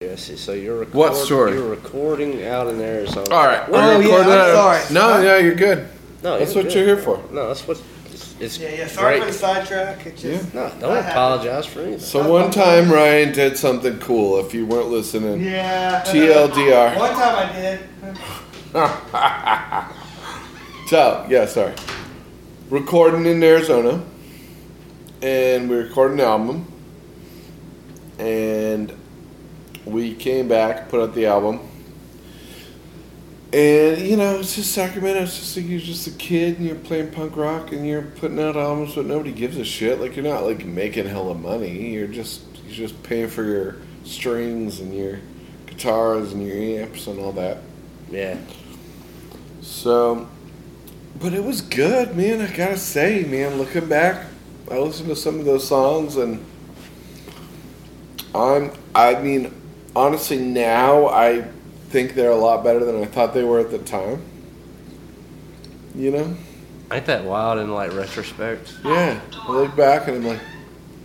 I see. So you're recording. What sort? You're recording out in Arizona. All right. Well, we're Oh, yeah, recording I'm it. sorry. No, no, you're good. no, That's what you're here for. No, that's what. It's, it's Yeah, yeah. Sorry great. for the sidetrack. It just No, don't apologize for anything. So one time Ryan did something cool. If you weren't listening, yeah. TLDR. One time I did. So yeah, sorry. Recording in Arizona, and we recorded an album, and we came back, put out the album, and you know it's just Sacramento. It's just like you're just a kid and you're playing punk rock and you're putting out albums, but nobody gives a shit. Like you're not like making hella money. You're just you're just paying for your strings and your guitars and your amps and all that. Yeah. So, but it was good, man. I gotta say, man. Looking back, I listened to some of those songs, and I'm. I mean, honestly, now I think they're a lot better than I thought they were at the time. You know? Ain't that wild in like retrospect? Yeah. I look back and I'm like,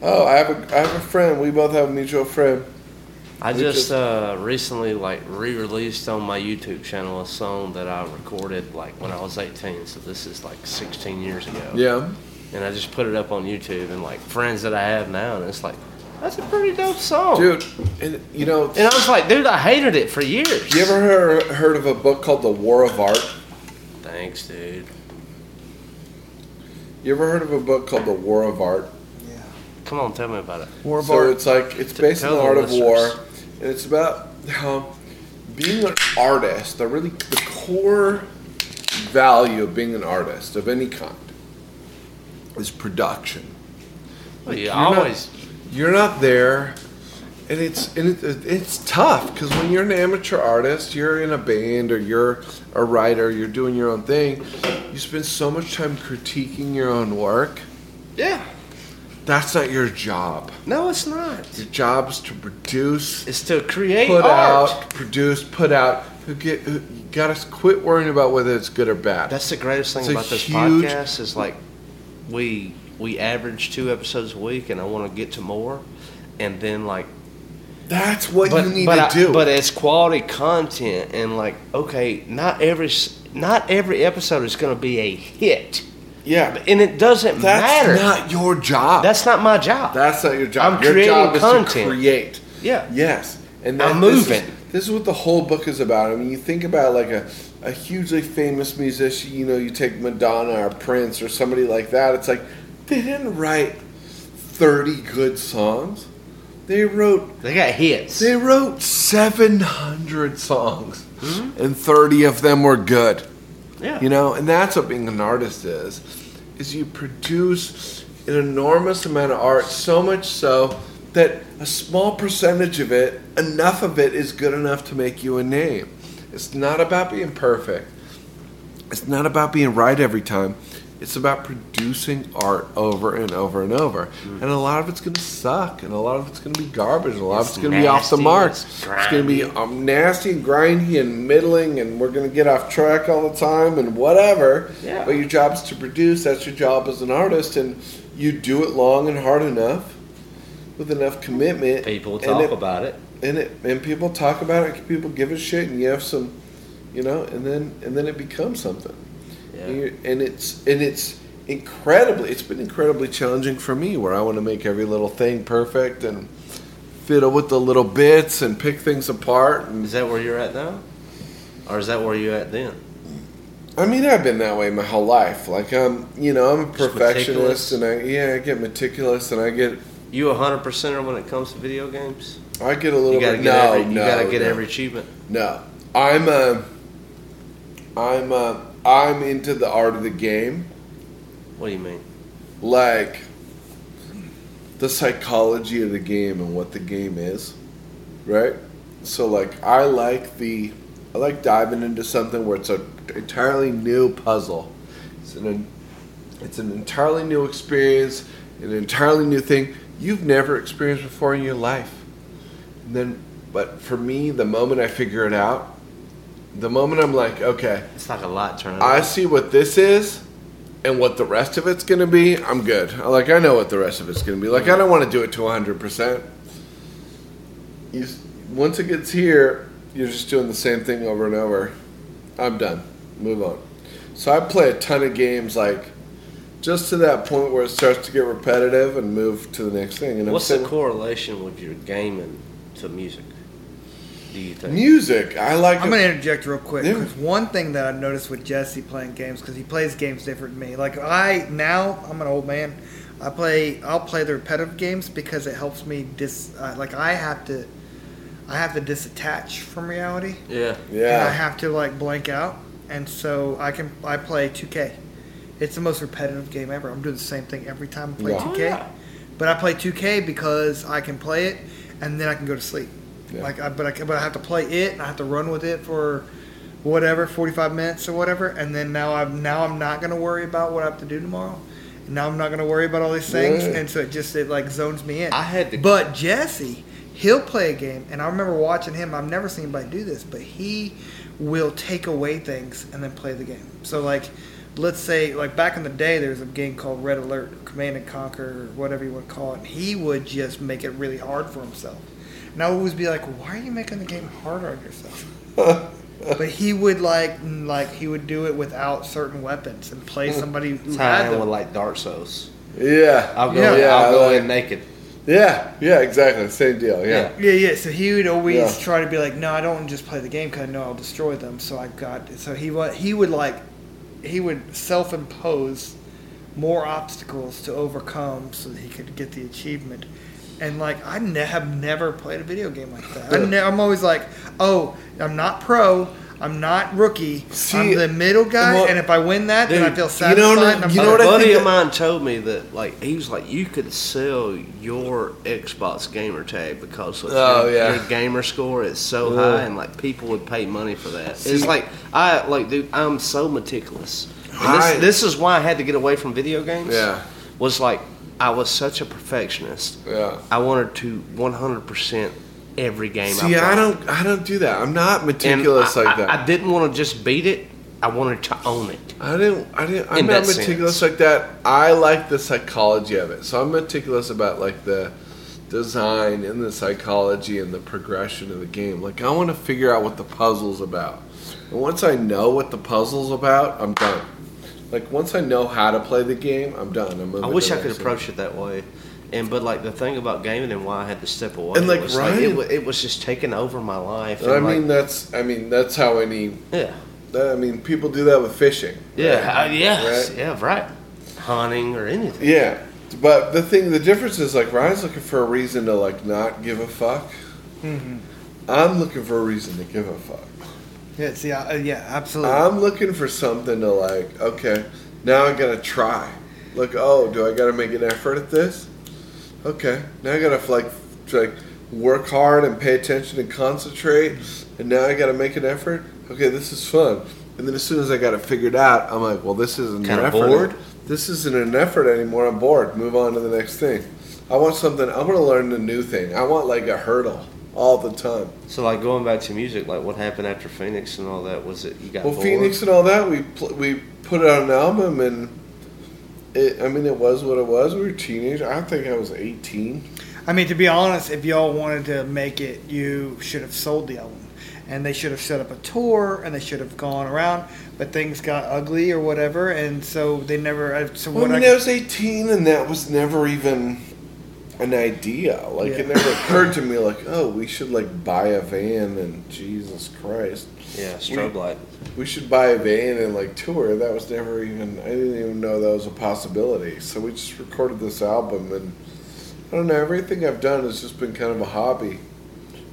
oh, I have a, I have a friend. We both have a mutual friend. I We just just- uh, recently like re-released on my YouTube channel a song that I recorded like when I was 18. So this is like 16 years ago. Yeah. And I just put it up on YouTube and like friends that I have now, and it's like that's a pretty dope song, Dude, and you know, And I was like, dude, I hated it for years. you ever heard, heard of a book called The War of Art? Thanks, dude. You ever heard of a book called The War of Art? Yeah. Come on, tell me about it. War so it's like it's To based on tell the the art of war, listeners. and it's about how being an artist. The really the core value of being an artist of any kind is production. Well, you You're not- always you're not there, and it's and it, it's tough because when you're an amateur artist, you're in a band or you're a writer, you're doing your own thing. You spend so much time critiquing your own work. yeah. That's not your job. No, it's not. Your job is to produce It's to create put art. out, produce, put out. Who get? Who, you gotta s- quit worrying about whether it's good or bad. That's the greatest thing It's a about this huge- podcast is like we we average two episodes a week, and I want to get to more, and then like That's what but you need but to I- do. But it's quality content, and like okay, not every s- not every episode is going to be a hit, yeah, and it doesn't that's matter. not your job. that's not my job. that's not your job. I'm your creating job is to content. create. yeah. Yes, and I'm this is- moving. This is what the whole book is about. I mean, you think about like a, a hugely famous musician. You know, you take Madonna or Prince or somebody like that. It's like they didn't write thirty good songs. They wrote They got hits. They wrote 700 songs, and 30 of them were good. yeah. You know, and that's what being an artist is, is you produce an enormous amount of art, so much so that a small percentage of it, enough of it is good enough to make you a name. It's not about being perfect. It's not about being right every time. It's about producing art over and over and over. And a lot of it's going to suck, and a lot of it's going to be garbage, and a lot of It's it's going to be off the nasty, mark. it's It's going to be um, nasty and grindy and middling, and we're going to get off track all the time and whatever. Yeah. But your job is to produce. That's your job as an artist, and you do it long and hard enough with enough commitment. People and talk it- about it. and it and people talk about it. People give a shit, and you have some, you know, and then and then it becomes something. Yeah. And, you and it's and it's incredibly. It's been incredibly challenging for me, where I want to make every little thing perfect and fiddle with the little bits and pick things apart. And Is that where you're at now, or is that where you're at then? I mean, I've been that way my whole life. Like I'm, you know, I'm a Just perfectionist, meticulous? and I yeah, I get meticulous, and I get You a hundred percenter when it comes to video games? I get a little You gotta bit get no, every, you no, gotta get no. every achievement. No, I'm uh, I'm uh, I'm into the art of the game, What do you mean? like the psychology of the game and what the game is, right? So like I like the I like diving into something where it's an entirely new puzzle. It's an it's an entirely new experience, an entirely new thing you've never experienced before in your life. And then but for me, the moment I figure it out, the moment I'm like, okay, It's like a lot turning. I see what this is and what the rest of it's going to be, I'm good. Like, I know what the rest of it's going to be. Like, I don't want to do it to 100%. You, s- once it gets here, you're just doing the same thing over and over. I'm done. Move on. So I play a ton of games, like, just to that point where it starts to get repetitive and move to the next thing. And What's I'm the sitting- correlation with your gaming to music? Do you think? Music. I like I'm it. going to interject real quick. Yeah. 'cause one thing that I noticed with Jesse playing games, because he plays games different than me. Like, I, now, I'm an old man. I play, I'll play the repetitive games because it helps me dis, uh, like, I have to, I have to disattach from reality. Yeah. And I yeah. have to, like, blank out. And so I can, I play 2K. It's the most repetitive game ever. I'm doing the same thing every time I play Yeah. Oh, 2K. But I play 2K because I can play it and then I can go to sleep. Yeah. Like, I, but I can- but I have to play it and I have to run with it for whatever 45 minutes or whatever, and then now I'm now I'm not gonna worry about what I have to do tomorrow. Now I'm not gonna worry about all these things, Yeah. and so it just it like zones me in. I had to- But Jesse, he'll play a game, and I remember watching him. I've never seen anybody do this, but he will take away things and then play the game. So like, let's say like back in the day, there was a game called Red Alert, or Command and Conquer, or whatever you want to call it. And he would just make it really hard for himself, and I would always be like, why are you making the game harder on yourself? But he would like like he would do it without certain weapons and play somebody who That's how I had am with them. like Dark Souls. Yeah. I'll go. Yeah. in, I'll I go like- in naked. Yeah. Yeah, exactly. Same deal. Yeah. yeah. Yeah, yeah. So he would always Yeah. try to be like, no, I don't just play the game because I know I'll destroy them. So I got. So he would he would like he would self impose more obstacles to overcome so that he could get the achievement. And like I ne- have never played a video game like that. I ne- I'm always like, oh, I'm not pro. I'm not rookie. See, I'm the middle guy, well, and if I win that, then I dude, feel you satisfied. don't know- and I'm you A know what I buddy think of that- mine told me that like he was like you could sell your Xbox gamer tag because of Oh, your, yeah. your gamer score is so Ugh. high and like people would pay money for that. See- it's like I like dude I'm so meticulous. And I- this, this is why I had to get away from video games. Yeah. Was like I was such a perfectionist. Yeah. I wanted to 100% every game See, I I played. don't, I don't do that. I'm not And meticulous I- like I- that. I didn't want to just beat it. I wanted to own it. I didn't. I didn't. I'm In not that meticulous sense. like that. I like the psychology of it. So I'm meticulous about like the design and the psychology and the progression of the game. Like I want to figure out what the puzzle's about. And once I know what the puzzle's about, I'm done. Like once I know how to play the game, I'm done. I'm moving I to wish the I could next thing. approach it that way. And but like the thing about gaming and why I had to step away, And, like, was it, Ryan- wa- it was just taking over my life. And I and, like, mean that's. I mean that's how any. yeah, I mean people do that with fishing. yeah, uh, yes, Right. yeah, right, hunting or anything. Yeah, but the thing, the difference is like Ryan's looking for a reason to like not give a fuck. I'm looking for a reason to give a fuck. yeah, see, I, uh, yeah, absolutely. I'm looking for something to like. Okay, now I gotta try. Like, oh, do I gotta make an effort at this? Okay, now I gotta like, f- like work hard and pay attention and concentrate. And now I gotta make an effort. Okay, this is fun. And then as soon as I got it figured out, I'm like, well, this isn't an Kinda effort. bored? This isn't an effort anymore. I'm bored. Move on to the next thing. I want something. I want to learn a new thing. I want like a hurdle all the time. So like going back to music, like what happened after Phoenix and all that was it? You got Well, bored? Phoenix and all that, we pl- we put out an album, and it. I mean, it was what it was. We were teenagers. I think I was eighteen. I mean, to be honest, if y'all wanted to make it, you should have sold the album. And they should have set up a tour and they should have gone around, but things got ugly or whatever. And so they never. I- So Well, what I I, mean, I was eighteen, and that was never even an idea. Like it Yeah. never occurred to me. Like, oh, we should like buy a van, and Jesus Christ, yeah, strobe light. we should buy a van and like tour. That was never even. I didn't even know that was a possibility. So we just recorded this album, and I don't know. Everything I've done has just been kind of a hobby.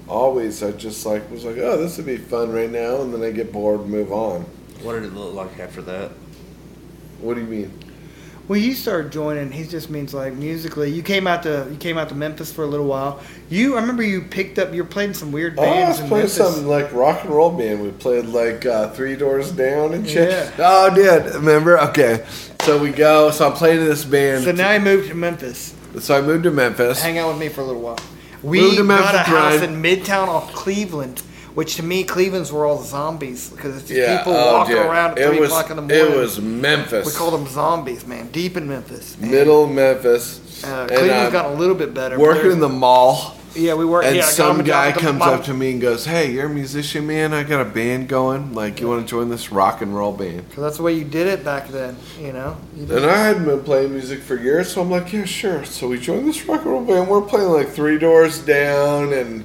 Always, I just like was like, oh, this would be fun right now, and then I get bored and move on. What did it look like after that? What do you mean? when you started joining, he just means like musically. You came out to you came out to Memphis for a little while. You I remember you picked up you were playing some weird Oh, I bands was in playing Memphis. some like rock and roll band. We played like uh, Three Doors Down and shit. Yeah. Oh, dude, remember? Okay, so we go. So I'm playing in this band. So now I moved to Memphis. So I moved to Memphis. Hang out with me for a little while. We Moved to got a Memphis, house Ryan. in Midtown off Cleveland, which to me Cleveland's were all the zombies because it's just Yeah, people oh, walking dude. around at it three was, o'clock in the morning. It was Memphis. we called them zombies, man. Deep in Memphis. And, Middle Memphis. Uh, And Cleveland's I'm gotten a little bit better. but working there's- in the mall. yeah, we worked. And yeah, I got him some a job guy at the comes bottom- up to me and goes, "Hey, you're a musician, man. I got a band going. Like, you want to join this rock and roll band?" 'Cause that's the way you did it back then. You know. You did- And I hadn't been playing music for years, so I'm like, "Yeah, sure." So we joined this rock and roll band. We're playing like Three Doors Down and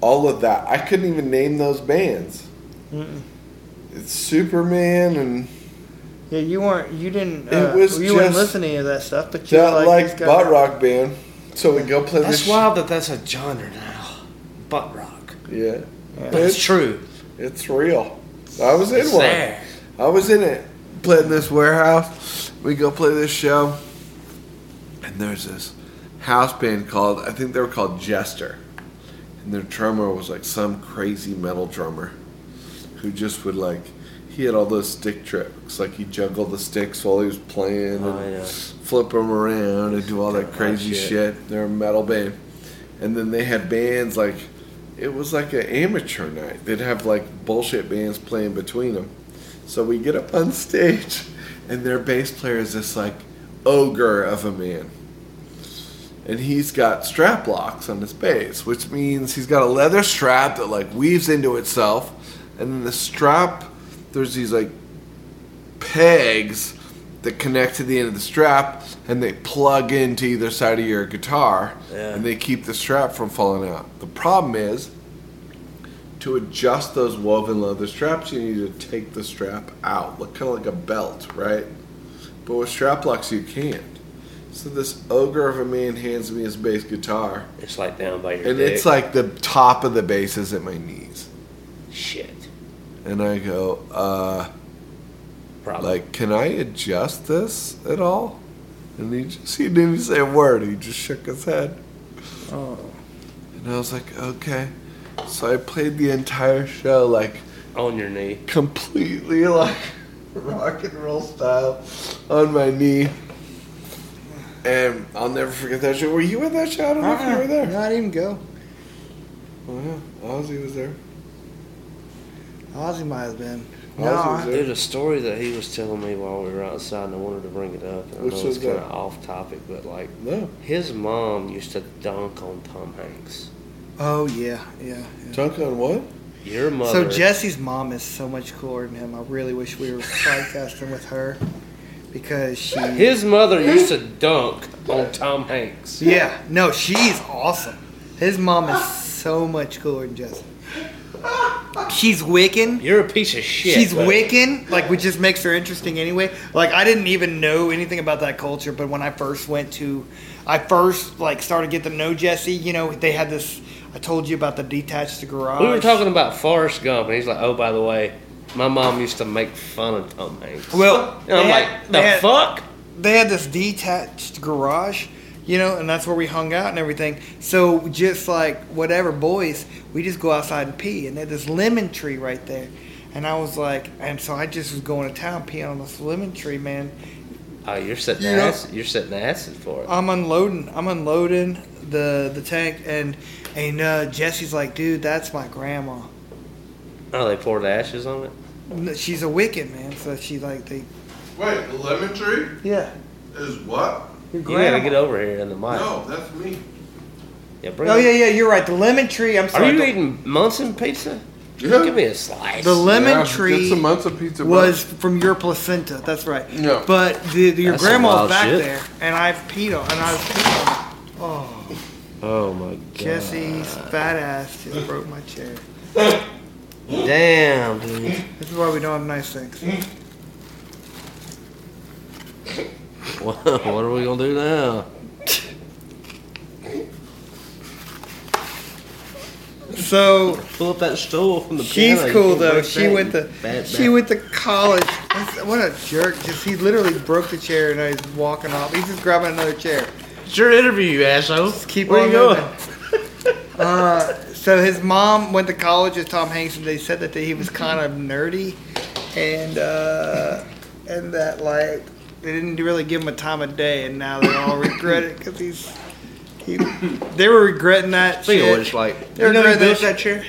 all of that. I couldn't even name those bands. It's Superman and yeah, you weren't. You didn't. It Uh, was you weren't just- listening to that stuff, but you were that like, like butt rock band. So we go play That's this. wild that that's a genre now. Butt rock. Yeah. But it's true. It's real. I was in It's one. there. I was in it. Playing this warehouse. We go play this show. And there's this house band called, I think they were called Jester. And their drummer was like some crazy metal drummer who just would like, he had all those stick tricks. Like he juggled the sticks while he was playing Oh, and yeah. flip them around and do all that crazy shit. shit. They're a metal band. And then they had bands like, it was like an amateur night. They'd have like bullshit bands playing between them. So we get up on stage, and their bass player is this like ogre of a man. And he's got strap locks on his bass, which means he's got a leather strap that like weaves into itself. And then the strap, there's these like pegs that connect to the end of the strap and they plug into either side of your guitar Yeah. and they keep the strap from falling out. The problem is to adjust those woven leather straps, you need to take the strap out, look kind of like a belt, right? But with strap locks, you can't. So this ogre of a man hands me his bass guitar, It's like down by your and dick. it's like the top of the bass is at my knees, shit. and I go, uh, Probably. like, can I adjust this at all? And he just he didn't even say a word. He just shook his head. Oh. And I was like, okay. So I played the entire show like on your knee. completely like rock and roll style on my knee. And I'll never forget that show. Were you at that show? I don't know if you were there. No, I didn't even go. Oh, yeah. Ozzy was there. Ozzy might have been. Ozzy No, was I- there. Dude, a story that he was telling me while we were outside, and I wanted to bring it up. And I Which know was it's kind that? of off topic, but like, No. his mom used to dunk on Tom Hanks. Oh yeah, yeah. yeah. Dunk on what? Your So mother. Jesse's mom is so much cooler than him. I really wish we were podcasting with her because she. his mother used to dunk on Tom Hanks. Yeah, no, she's awesome. His mom is so much cooler than Jesse. She's Wiccan. You're a piece of shit. She's but- Wiccan, like which just makes her interesting anyway. Like I didn't even know anything about that culture, but when I first went to, I first like started to get to know Jesse. You know, they had this. I told you about the detached garage. We were talking about Forrest Gump, and he's like, "Oh, by the way, my mom used to make fun of Tom Hanks." Well, and I'm they like, had- "The they had- fuck?" they had this detached garage, you know, and that's where we hung out and everything. So just like whatever boys, we just go outside and pee, and they had this lemon tree right there, and I was like, and so I just was going to town peeing on this lemon tree, man. Oh, you're setting You know- acid. You're setting acid for it. I'm unloading. I'm unloading the the tank, and and uh, Jesse's like, dude, that's my grandma. oh, they poured ashes on it. She's a Wiccan, man. So she like they Wait, the lemon tree yeah. is what? Your You gotta grandma. get over here in the mic. that's me. Yeah, bring Oh it. yeah, yeah. You're right. The lemon tree. I'm Are sorry. you the- eating Munson pizza? Yeah. Give me a slice. the lemon Yeah, Get tree. some months of pizza. bro. was from your placenta. That's right. Yeah. But the, the- your That's some wild grandma's back shit. there, and I've peed on, and I've peed on. Oh, oh my god. Jesse's fat ass just broke my chair. Damn, dude. This is why we don't have nice things. What, what are we gonna do now? So Pull up that stool from the she's piano. You cool can't though. break She that, went you to fat she bastard. went to college That's- What a jerk! Just he literally broke the chair and now he's walking off. He's just grabbing another chair. It's your interview, you asshole. Just keep Where on you going? moving. uh, so his mom went to college with Tom Hanks, and they said that he was kind of nerdy, and uh, and that like they didn't really give him a time of day, and now they all regret it because he's he, they were regretting that. Speaking shit. of which, like, They're you know who regretting built shit. that chair?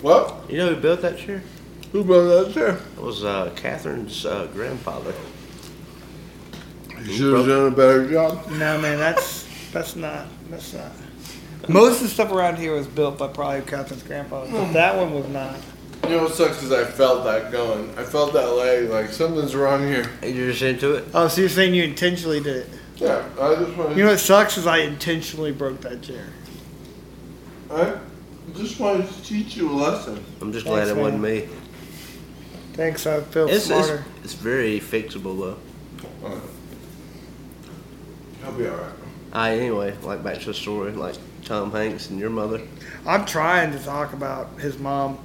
What? You know who built that chair? Who built that chair? It was uh, Catherine's uh, grandfather. You should have done a better job. No man, that's that's not that's not. Most of the stuff around here was built by probably Catherine's grandfather, Hmm. but that one was not. You know what sucks is I felt that going. I felt that leg, like something's wrong here. And you're just into it? Oh, so you're saying you intentionally did it? Yeah, I just wanted. You know what sucks is I intentionally broke that chair. I just wanted to teach you a lesson. I'm just Thanks, glad it wasn't me. Thanks, I feel It's, it's, smarter. it's very fixable, though. I'll be all right. I anyway, like back to the story, like Tom Hanks and your mother. I'm trying to talk about his mom,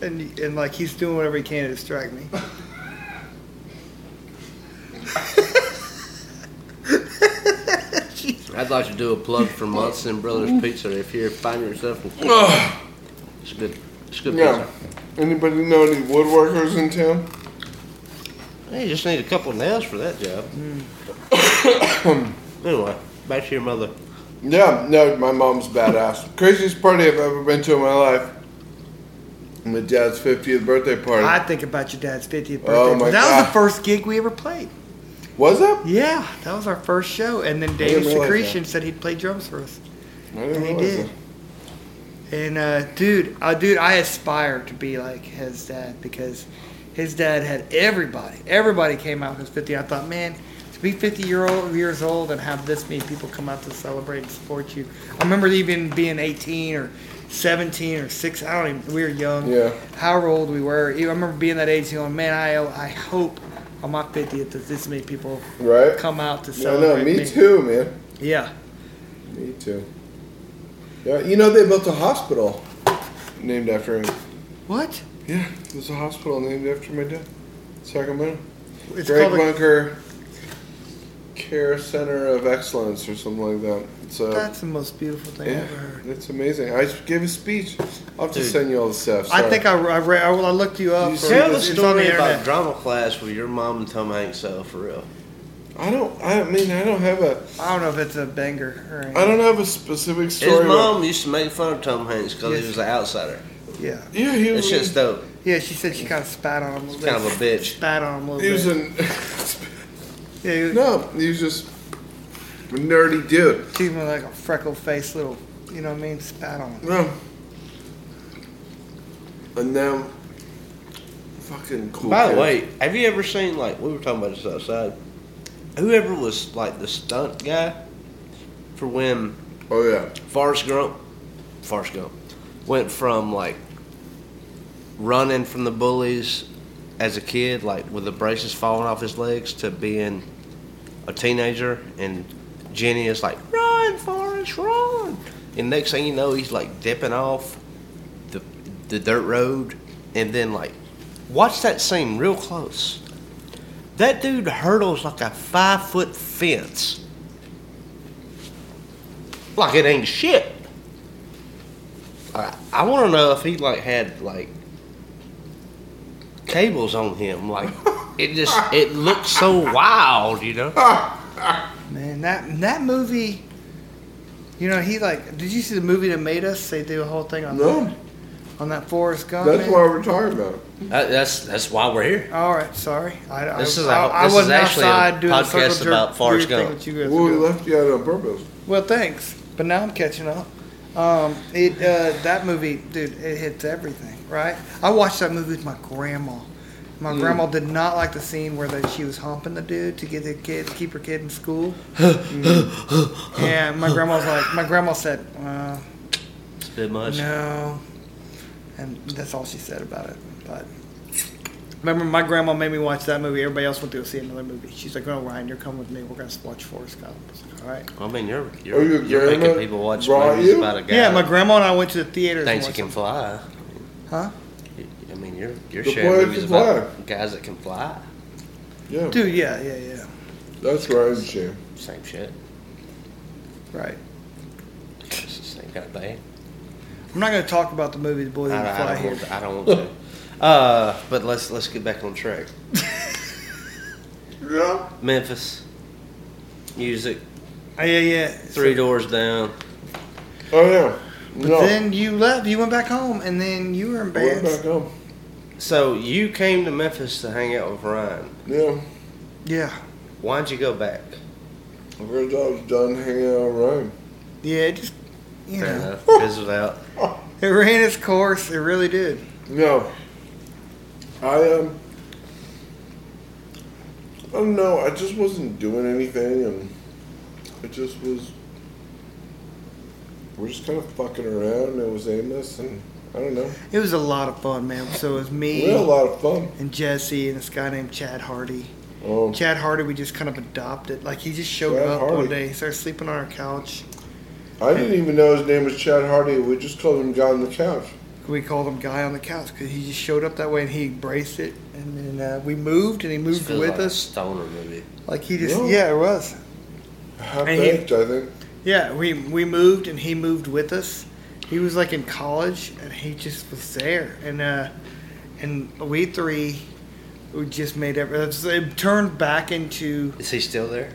and and like he's doing whatever he can to distract me. I'd like to do a plug for Munson Brothers Pizza. If you're finding yourself, in, it's a good, it's a good Yeah. pizza. Anybody know any woodworkers in town? Hey, you just need a couple nails for that job. anyway, back to your mother. Yeah, no, my mom's badass. Craziest party I've ever been to in my life. My dad's 50th birthday party. I think about your dad's 50th birthday. Oh, my that was God. the first gig we ever played. Was that? Yeah, that was our first show, and then David realize Secretion said he'd play drums for us. I didn't And he realize did. And uh, dude, uh, dude, I aspire to be like his dad because his dad had everybody. Everybody came out who's fifty. I thought, man, to be fifty year old years old and have this many people come out to celebrate and support you. I remember even being eighteen or seventeen or six. I don't even. We were young. Yeah. However old we were, I remember being that age. Going, man, I I hope on my fiftieth that this many people that. Right? come out to no, no, celebrate. me too, man. Yeah. Me too. Yeah, you know they built a hospital named after him. What? Yeah, there's a hospital named after my dad. Sacramento. It's Greg called. a- Bunker Care Center of Excellence or something like that. It's a that's the most beautiful thing I've yeah, ever heard. it's amazing. I just gave a speech. I'll have to Dude. send you all the stuff. I think I, I, re- I, I looked you up. You for- Tell the it's on story about internet. drama class with your mom and Tom Hanks, though, for real. I don't. I mean, I don't have a. I don't know if it's a banger or anything. I don't have a specific story. His about- mom used to make fun of Tom Hanks because Yes. he was an outsider. Yeah, Yeah, he It's was. just dope. yeah. She said she kind of spat on him. A little He's bit. kind of a bitch. Spat on him a little he was bit. an. yeah, he was, no, he was just a nerdy dude. she was like a freckle faced little. You know what I mean? Spat on him. No. And now, fucking cool. By the kid. way, have you ever seen like we were talking about this outside? Whoever was like the stunt guy for when Oh yeah. Forrest Gump, Forrest Gump went from like running from the bullies as a kid, like with the braces falling off his legs, to being a teenager, and Jenny is like, "Run, Forrest, run!" And next thing you know, he's like dipping off the the dirt road, and then like, watch that scene real close. That dude hurdles like a five foot fence. Like it ain't shit. I, I want to know if he like had like cables on him. Like it just it looked so wild, you know. Man, that that movie. You know, he like. Did you see the movie that made us? They do a whole thing on No. that, on that Forrest Gump. That's oh, man? why we're talking about. it. That, that's that's why we're here. All right, sorry. I, This I, is a- I, I this is wasn't actually a outside doing the podcast circle jerk about Forrest weird thing Gump. that you guys Well, are we doing. left you out on purpose. Well, thanks, but now I'm catching up. Um, it uh, that movie, dude, it hits everything, right? I watched that movie with my grandma. My grandma did not like the scene where that she was humping the dude to get the kid, keep her kid in school. and my grandma's like, my grandma said, uh, It's a bit much. no, and that's all she said about it. But remember, my grandma made me watch that movie. Everybody else went to go see another movie. She's like, "Oh, Ryan, you're coming with me. We're gonna watch Forrest Gump." I was like, all right. I mean, you're Oh, you're, your you're making grandma people watch brought movies you? about a guy. Yeah, my grandma and I went to the theater. thinks he can fly. Huh? You- I mean, your your The shit boy movies can about guys that can fly. Yeah, Dude, yeah, yeah, yeah. that's where I'm seeing. Same shit. Right. It's the same kind of thing. I'm not going to talk about the movie The Boy Who I, Can I Fly don't here. want to. I don't want to. Uh, but let's let's get back on track. Yeah. Memphis, music, Oh, yeah, yeah. Three Doors Down. Oh yeah. But no. then you left. You went back home, and then you were in I went bands. back home. So you came to Memphis to hang out with Ryan. Yeah. Yeah. Why'd you go back? I heard I was done hanging out with Ryan. Yeah, it just, you Fair know, enough. Fizzled out. it ran its course. It really did. No. I um I don't know, I just wasn't doing anything and it just was we're just kinda fucking around, it was aimless and I don't know. It was a lot of fun, man. So it was me We had a lot of fun. and Jesse and this guy named Chad Hardy. Um, Chad Hardy, we just kind of adopted. Like, he just showed Chad up Hardy. one day. He started sleeping on our couch. I didn't even know his name was Chad Hardy, we just called him Guy on the Couch. We called him Guy on the Couch because he just showed up that way and he embraced it. And then uh, we moved and he moved Feels with like a us. stoner movie. Like, he just, Yeah. yeah, it was. Half And he- baked, I think. Yeah, we we moved and he moved with us. He was like in college and he just was there. And uh, and we three, we just made every- it's It turned back into Is he still there?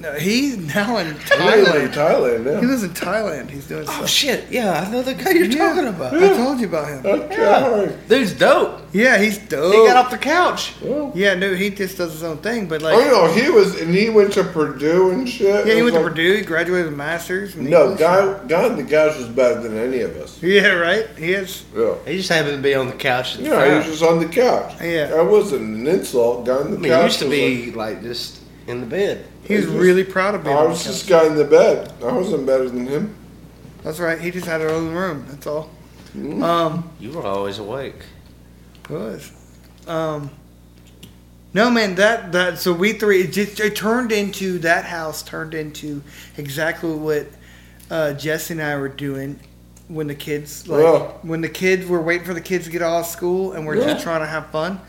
no. He's now in He lives in Thailand. Thailand, He yeah. lives in Thailand. He's doing stuff. shit! Yeah, I know the guy you're Oh, Yeah, I told you about him. That's Chad Hardy. Dude's dope. Yeah, he's dope. He got off the couch. Yeah. yeah, no, he just does his own thing. But like, oh no, he was and he went to Purdue and shit. yeah, It he was went to like- Purdue. He graduated with a masters. in No, English. guy, guy on the couch was better than any of us. Yeah, right. He is. Yeah. He just happened to be on the couch. At the Yeah, he was time. just on the couch. Yeah. That wasn't an insult. Guy on the I mean, couch. he used to was be like just in the bed. He was He was- really proud of like, being I on was the just couch. guy in the bed. I wasn't better than him. That's right. He just had his own room. That's all. Mm. Um. You were always awake. It was. Um, no, man, that, that, so we three, it just, it turned into, that house turned into exactly what uh, Jesse and I were doing when the kids, like, Yeah. when the kids, we're waiting for the kids to get out of school and we're Yeah. just trying to have fun.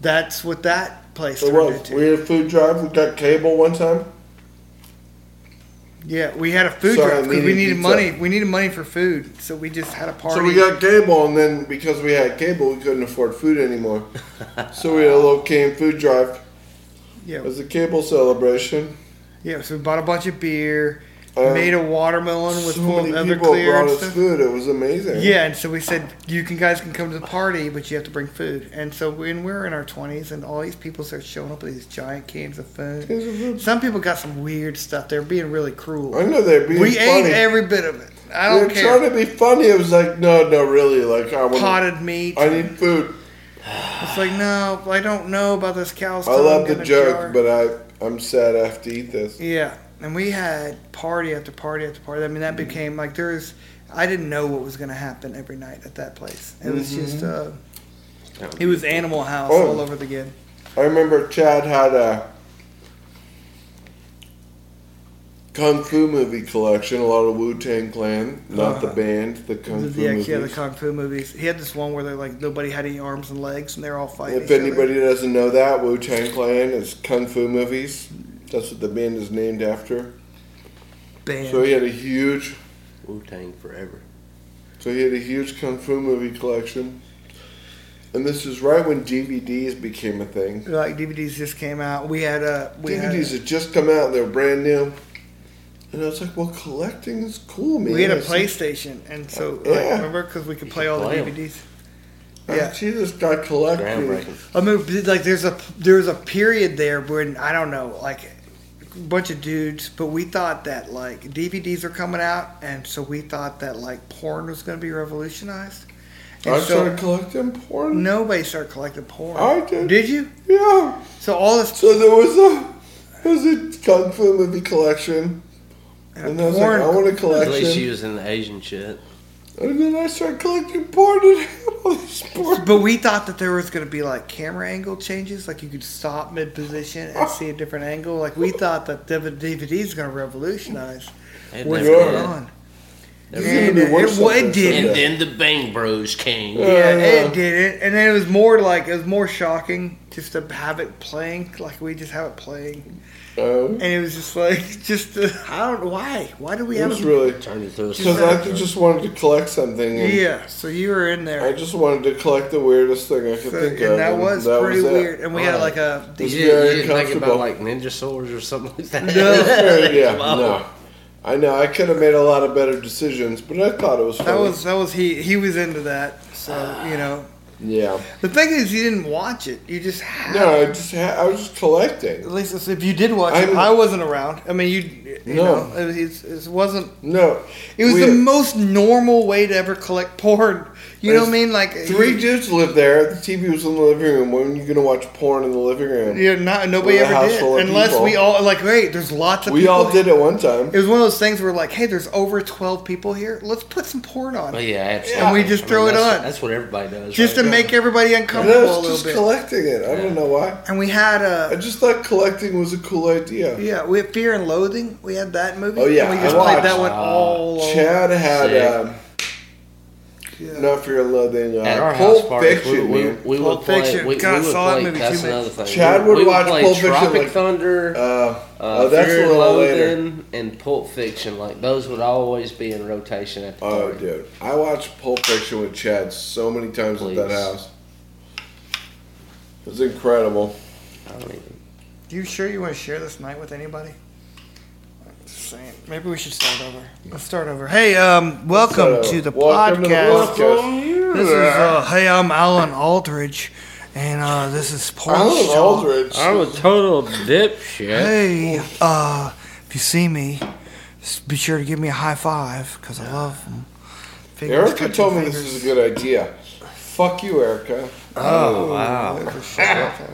That's what that place It turned was. into. We had a food drive. We got cable one time. yeah, we had a food Sorry, drive because we needed needed pizza. money. We needed money for food. So we just had a party. uh, So we got cable, and then because we had cable, we couldn't afford food anymore. so we had a little cane food drive. yeah, It was a cable celebration. yeah, so we bought a bunch of beer, Um, made a watermelon with so full many of people Everclear brought and us stuff. food. It was amazing. Yeah, and so we said you can guys can come to the party, but you have to bring food. And so when we're in our twenties, and all these people start showing up with these giant cans of food. Cans of food. Some people got some weird stuff. They're being really cruel. I know they're being we funny. ate every bit of it. I we were don't trying care. to be funny. It was like, no, no, really. Like, I want Potted meat. I need food. it's like no, I don't know about this cow's. I love tongue in the a jar. joke, but I I'm sad I have to eat this. Yeah, and we had party after party after party. I mean, Mm-hmm. that became like there was. I didn't know what was going to happen every night at that place. It was Mm-hmm. just. Uh, it was Animal House Oh. all over again. I remember Chad had a kung fu movie collection, a lot of Wu Tang Clan, not the Uh-huh. band, the kung fu yeah, movies. yeah, the kung fu movies. He had this one where they're like nobody had any arms and legs, and they're all fighting. if each other. anybody doesn't know that, Wu Tang Clan is kung fu movies. That's what the band is named after. banned. So he had a huge, Wu Tang forever. so he had a huge kung fu movie collection. And this is right when DVDs became a thing. like DVDs just came out. We had a we had DVDs had just come out; they were brand new. And I was like, "Well, collecting is cool, man." we had a I said, PlayStation, and so like, Yeah. remember because we could play all play the 'em. DVDs. I Yeah, see this guy collecting. Groundbreaking. I mean, but, like there's a there was a period there when I don't know, like a bunch of dudes, but we thought that like DVDs were coming out, and so we thought that like porn was going to be revolutionized. And I so started collecting porn. nobody started collecting porn. I did. Did you? Yeah. So all this So there was a there was a kung fu movie collection, and I was porn. like, I want a At least she collection. was in the Asian shit. And then I started collecting porn and had all these porn. But we thought that there was going to be like camera angle changes, like you could stop mid position and see a different angle. Like we thought that the DVD is going to revolutionize It what's never going did. on. You're gonna be it- worse it off would than did. some And guy. then the Bang Bros came. Yeah, Uh. it did it, and then it was more like it was more shocking just to have it playing like we just have it playing, Oh. and it was just like just uh, I don't why why do we It have was it- really Turned into a because I just wanted to collect something. And yeah so you were in there I just wanted to collect the weirdest thing I could So- think and of. that was pretty it. weird and we had like a You It's didn't, very you didn't think comfortable. about like ninja swords or something like that. No, it's very- yeah, no. I know I could have made a lot of better decisions, but I thought it was. that funny. was that was he he was into that so you know yeah. the thing is you didn't watch it you just had No, I it. just ha- I was just collecting. at least it's- if you did watch it I'm- I wasn't around I mean you you No. know it, was- it's- it wasn't No, It was we- the most normal way to ever collect porn. You know what I mean? Like Three you- dudes lived there. The TV was in the living room. When are you gonna watch porn in the living room? Yeah, not nobody With a ever house did. full of Unless we people. all like, wait, there's lots of. we people. all did at one time. It was one of those things where like, hey, there's over twelve people here. Let's put some porn on, Oh, yeah, absolutely. and we just throw it that's, on, That's what everybody does. just to right? make everybody And I uncomfortable a was little just bit. collecting it. I don't know why. and we had I a just thought collecting was a cool idea. yeah, we had Fear and Loathing. We had that movie. Oh, yeah, and we I just played that watched. one all over. Chad Sick. had um, Yeah. not for your loving. Uh, At our Pulp house parties, Fiction, we, we, man. we would Pulp play. Fiction. We, God, we would saw that play. movie that's too another much. thing. Chad we, would we watch play Pulp Fiction, Tropic like, Thunder, Uh, uh, oh, that's Fear a and little later. Loathing, and Pulp Fiction. Like those would always be in rotation at the Oh, party. dude, I watched Pulp Fiction with Chad so many times at Please. that house. It was incredible. I don't even. You sure you want to share this night with anybody? Just saying. Maybe we should start over. Let's start over. Hey, um, So, welcome to the welcome to the podcast. podcast. This is uh, hey, I'm Alan Aldridge, and uh, this is Porn Alan Shop. Aldridge. a total dipshit. Hey, uh, if you see me, s- be sure to give me a high five because I love 'em. Fingers Erica touching told me fingers. this is a good idea. Fuck you, Erica. Oh wow!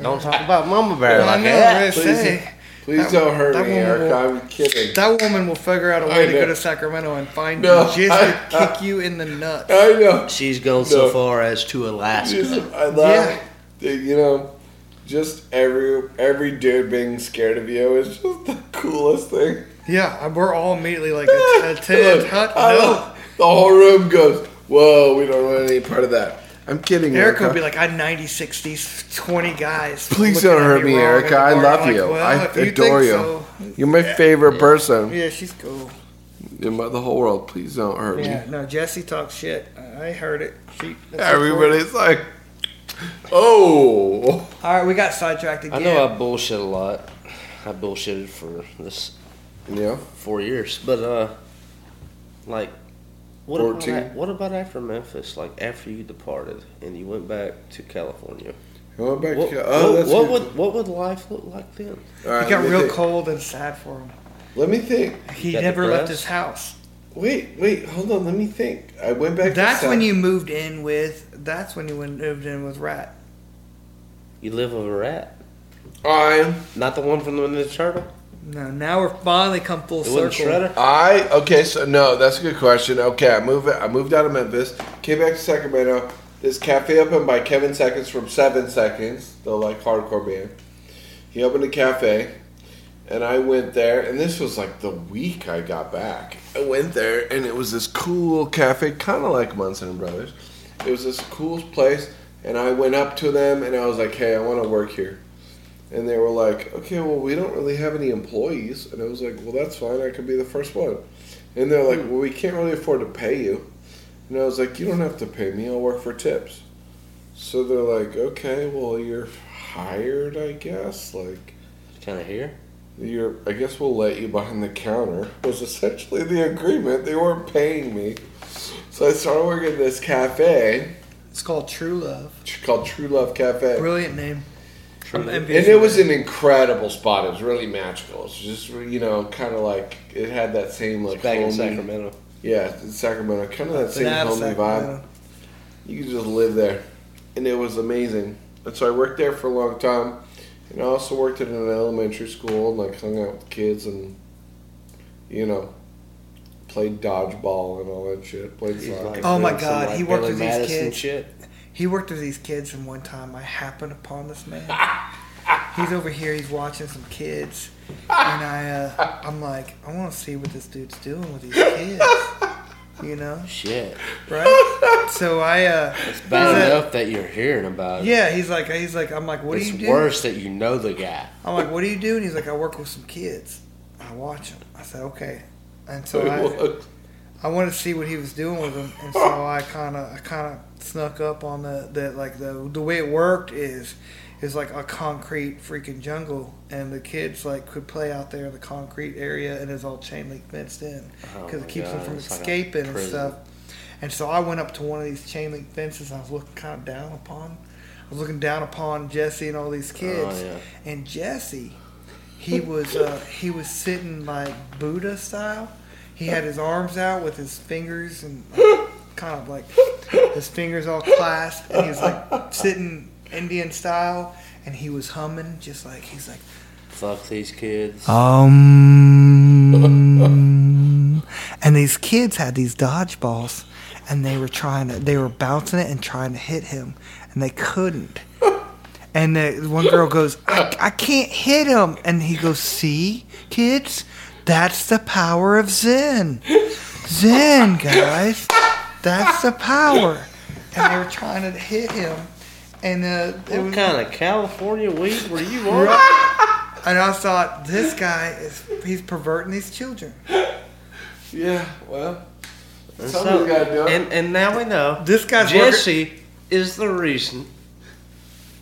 Don't talk about Mama Bear I like know, that. I Please, say, please don't hurt that me, woman Erica. will- I'm kidding. that woman will figure out a I way to know. go to Sacramento and find No, you just I- to kick you in the nuts. I know. She's gone so No. far as to Just, Alaska. I love, Yeah. you know, just every every dude being scared of you is just the coolest thing. Yeah, I- we're all immediately like, a tit, hut, I no. love- the whole room goes, whoa, we don't want any part of that. I'm kidding, Erica Erica. would be like, I 96 these 20 guys. Please looking don't at hurt me, wrong in Erica. the I bar." love I'm like, you. "Well, I if you adore think you. so." You're my favorite person Yeah, she's cool. in my- the whole world. Please don't hurt me. Yeah, no, Jesse talks shit. I I heard it. She, that's important. Everybody's like, oh. All right, we got sidetracked I again. know I bullshit a lot. I bullshitted for this Yeah. four years, but uh, like, what about, 14? a- what about after Memphis? Like after you departed and you went back to California, I went back what, to- oh, what, that's what good. would what would life look like then? All right, He got let me real think. cold and sad for him. Let me think. He Got never left depressed? his house. Wait, wait, hold on. Let me think. I went back. to That's South- when you moved in with. That's when you went- moved in with Rat. You live with a rat, I not the one from the Ninja Turtle. No, now we're finally come full It wasn't circle. Shredder. I okay. So no, that's a good question. Okay, I moved. I moved out of Memphis. Came back to Sacramento. This cafe opened by Kevin Seconds from Seven Seconds, the like hardcore band. He opened a cafe, and I went there. And this was like the week I got back. I went there, and it was this cool cafe, kind of like Munson and Brothers. It was this cool place, and I went up to them, and I was like, "Hey, I want to work here." And they were like, okay, well, we don't really have any employees. And I was like, well, that's fine. I could be the first one. And they're like, well, we can't really afford to pay you. And I was like, you don't have to pay me. I'll work for tips. So they're like, okay, well, you're hired, I guess. Like, Kind of here. you're, I guess we'll let you behind the counter was essentially the agreement. They weren't paying me. So I started working at this cafe It's called True Love. called True Love Cafe. Brilliant name. I'm envious And it of was an incredible spot. It was really magical. It's just you know, kind of like it had that same like Back in homey- Sacramento. Yeah, in Sacramento, kind of that But same out of homey vibe. Sacramento. You could just live there, and it was amazing. And so I worked there for a long time, and I also worked at an elementary school and like hung out with kids and you know played dodgeball and all that shit. Played He's soccer. like Oh my doing some, God, like, he worked Billy with these Madison kids. Shit. He worked with these kids, and one time I happened upon this man. he's over here, he's watching some kids, and I, uh, I'm like, I want to see what this dude's doing with these kids. you know, Shit. right? So I, uh, It's bad Is it- enough that you're hearing about it. yeah, he's like, he's like, I'm like, what do it's you do? worse that you know the guy. I'm like, what do you do? And he's like, I work with some kids. I watch them. I said, okay. And so I, What? I wanted to see what he was doing with them, and so I kind of I kind of snuck up on the that like the the way it worked is is like a concrete freaking jungle, and the kids like could play out there in the concrete area, and it's all chain link fenced in Oh because my it keeps them God, from it's like a escaping and prison. stuff. And so I went up to one of these chain link fences. And I was looking kind of down upon. I was looking down upon Jesse and all these kids, Oh, yeah. and Jesse he was uh, he was sitting like Buddha style. He had his arms out with his fingers and like, kind of like his fingers all clasped, and he was like sitting Indian style, and he was humming just like he's like Fuck these kids. um, and these kids had these dodgeballs, and they were trying to, they were bouncing it and trying to hit him, and they couldn't. And the one girl goes, I, I can't hit him. And he goes, See, kids, that's the power of Zen. Zen, guys, that's the power. And they were trying to hit him. And uh, it What was, kind of California weed were you on? and I thought, this guy is, he's perverting these children. Yeah, well, And somebody's got to do it. And, and now we know This guy's working- Jesse is the reason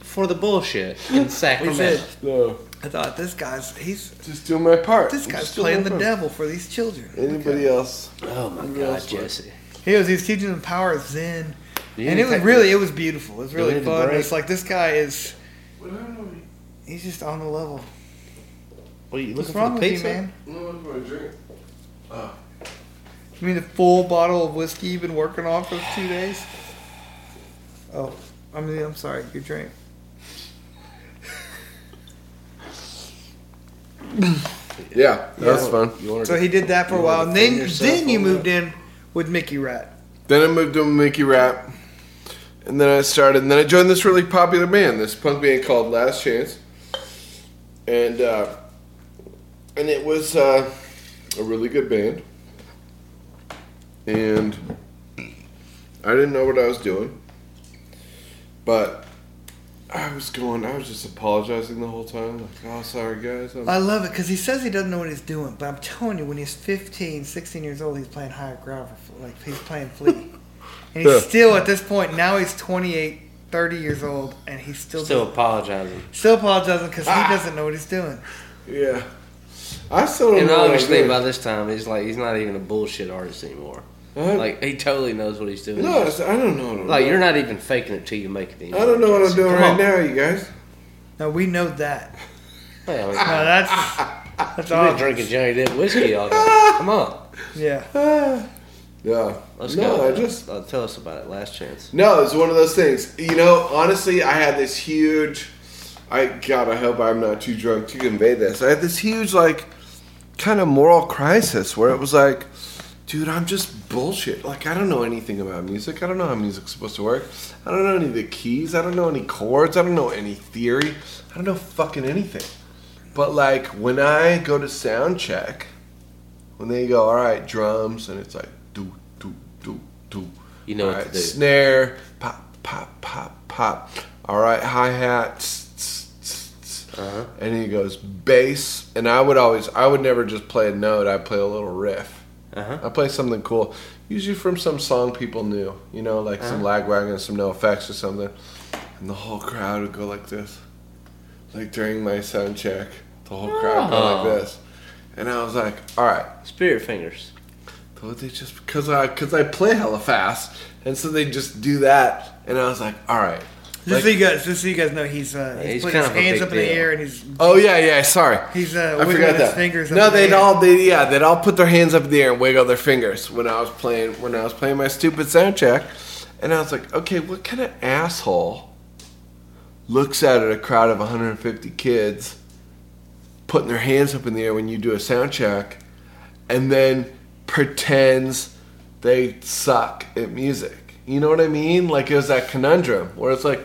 for the bullshit in We Sacramento. said, No, I thought this guy's he's just doing my part. this I'm guy's just doing playing my the part. devil for these children. Anybody else? oh my Who god, else was- Jesse. He was he's teaching them power of Zen, You and need to it was take- really it was beautiful. It was really need to fun. break. It's like this guy is he's just on the level. What are you What's looking wrong for? with the pizza? you, man? drink. You mean the full bottle of whiskey you've been working on for two days? Oh, I mean I'm sorry, your drink. Yeah, that's fun. You ordered So he did that for a You while, wanna and then clean yourself then you up. moved in with Mickey Rat. Then I moved to Mickey Rap, and then I started, and then I joined this really popular band, this punk band called Last Chance, and uh, and it was uh, a really good band, and I didn't know what I was doing, but I was going, I was just apologizing the whole time, like, oh, sorry guys, I'm, I love it because he says he doesn't know what he's doing, but I'm telling you, when he's 15, 16 years old, he's playing higher ground, for, like he's playing Flea. and he's Yeah. still at this point, now he's 28, 30 years old, and he's still still doing- apologizing. still apologizing because he doesn't know what he's doing. yeah, I still don't And know what I was obviously doing. by this time he's like he's not even a bullshit artist anymore. Huh? Like he totally knows what he's doing. no, it's- I don't know. like you're not even faking it till you make it. I don't know what I'm doing Come right on. now, you guys. Now we know that. Well, Now that's that's I've been awesome. drinking Johnny Depp whiskey all day. Come on, Yeah, Yeah. let's no, go. I just uh, tell us about it. Last chance. no. It's one of those things. You know, honestly, I had this huge. I God, I hope I'm not too drunk to convey this. I had this huge like kind of moral crisis where it was like, dude, I'm just bullshit. Like I don't know anything about music. I don't know how music's supposed to work. I don't know any of the keys. I don't know any chords. I don't know any theory. I don't know fucking anything. But like when I go to sound check, when they go, all right, drums, and it's like do do do do. You know All what to right, do. Snare, pop pop pop pop. All right, hi hat. tss, tss, tss, tss. Uh-huh. And he goes bass, and I would always, I would never just play a note. I play a little riff. Uh-huh. I play something cool, usually from some song people knew. You know, like some Uh-huh. Lagwagon, some No Effects, or something. And the whole crowd would go like this like during my sound check, the whole crowd went like this, and I was like, "All right, Spirit fingers. so they just because I because I play hella fast, and so they just do that, and I was like, "All right, just Like- so you guys, just so you guys know, he's uh, he's, He's putting his kind of a hands big up in the deal. air and he's oh yeah, yeah, sorry, he's uh, I wiggling forgot his that." fingers. no, up in they'd the air. all they yeah they'd all put their hands up in the air and wiggle their fingers when I was playing when I was playing my stupid sound check, and I was like, "Okay, what kind of asshole looks out at a crowd of 150 kids?" putting their hands up in the air when you do a sound check and then pretends they suck at music. You know what I mean? Like it was that conundrum where it's like,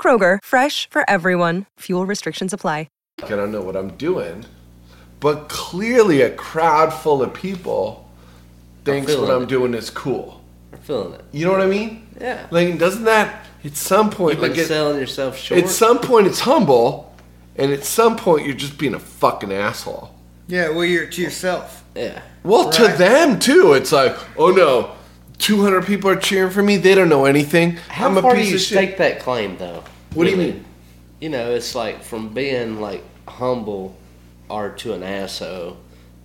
Kroger, fresh for everyone. Fuel restrictions apply. I don't know what I'm doing, but clearly a crowd full of people thinks feeling what I'm it. doing is cool. I'm feeling it. You know what I mean? Yeah. Like, doesn't that at some point You've been like it- selling yourself short. at some point it's humble, and at some point you're just being a fucking asshole. Yeah, well, you're to yourself. yeah. Well, to Right. them too, it's like, oh no, 200 people are cheering for me. They don't know anything. How I'm a far piece do you of stake shit. that claim, though? What do you Really? mean? You know, it's like from being like humble or to an asshole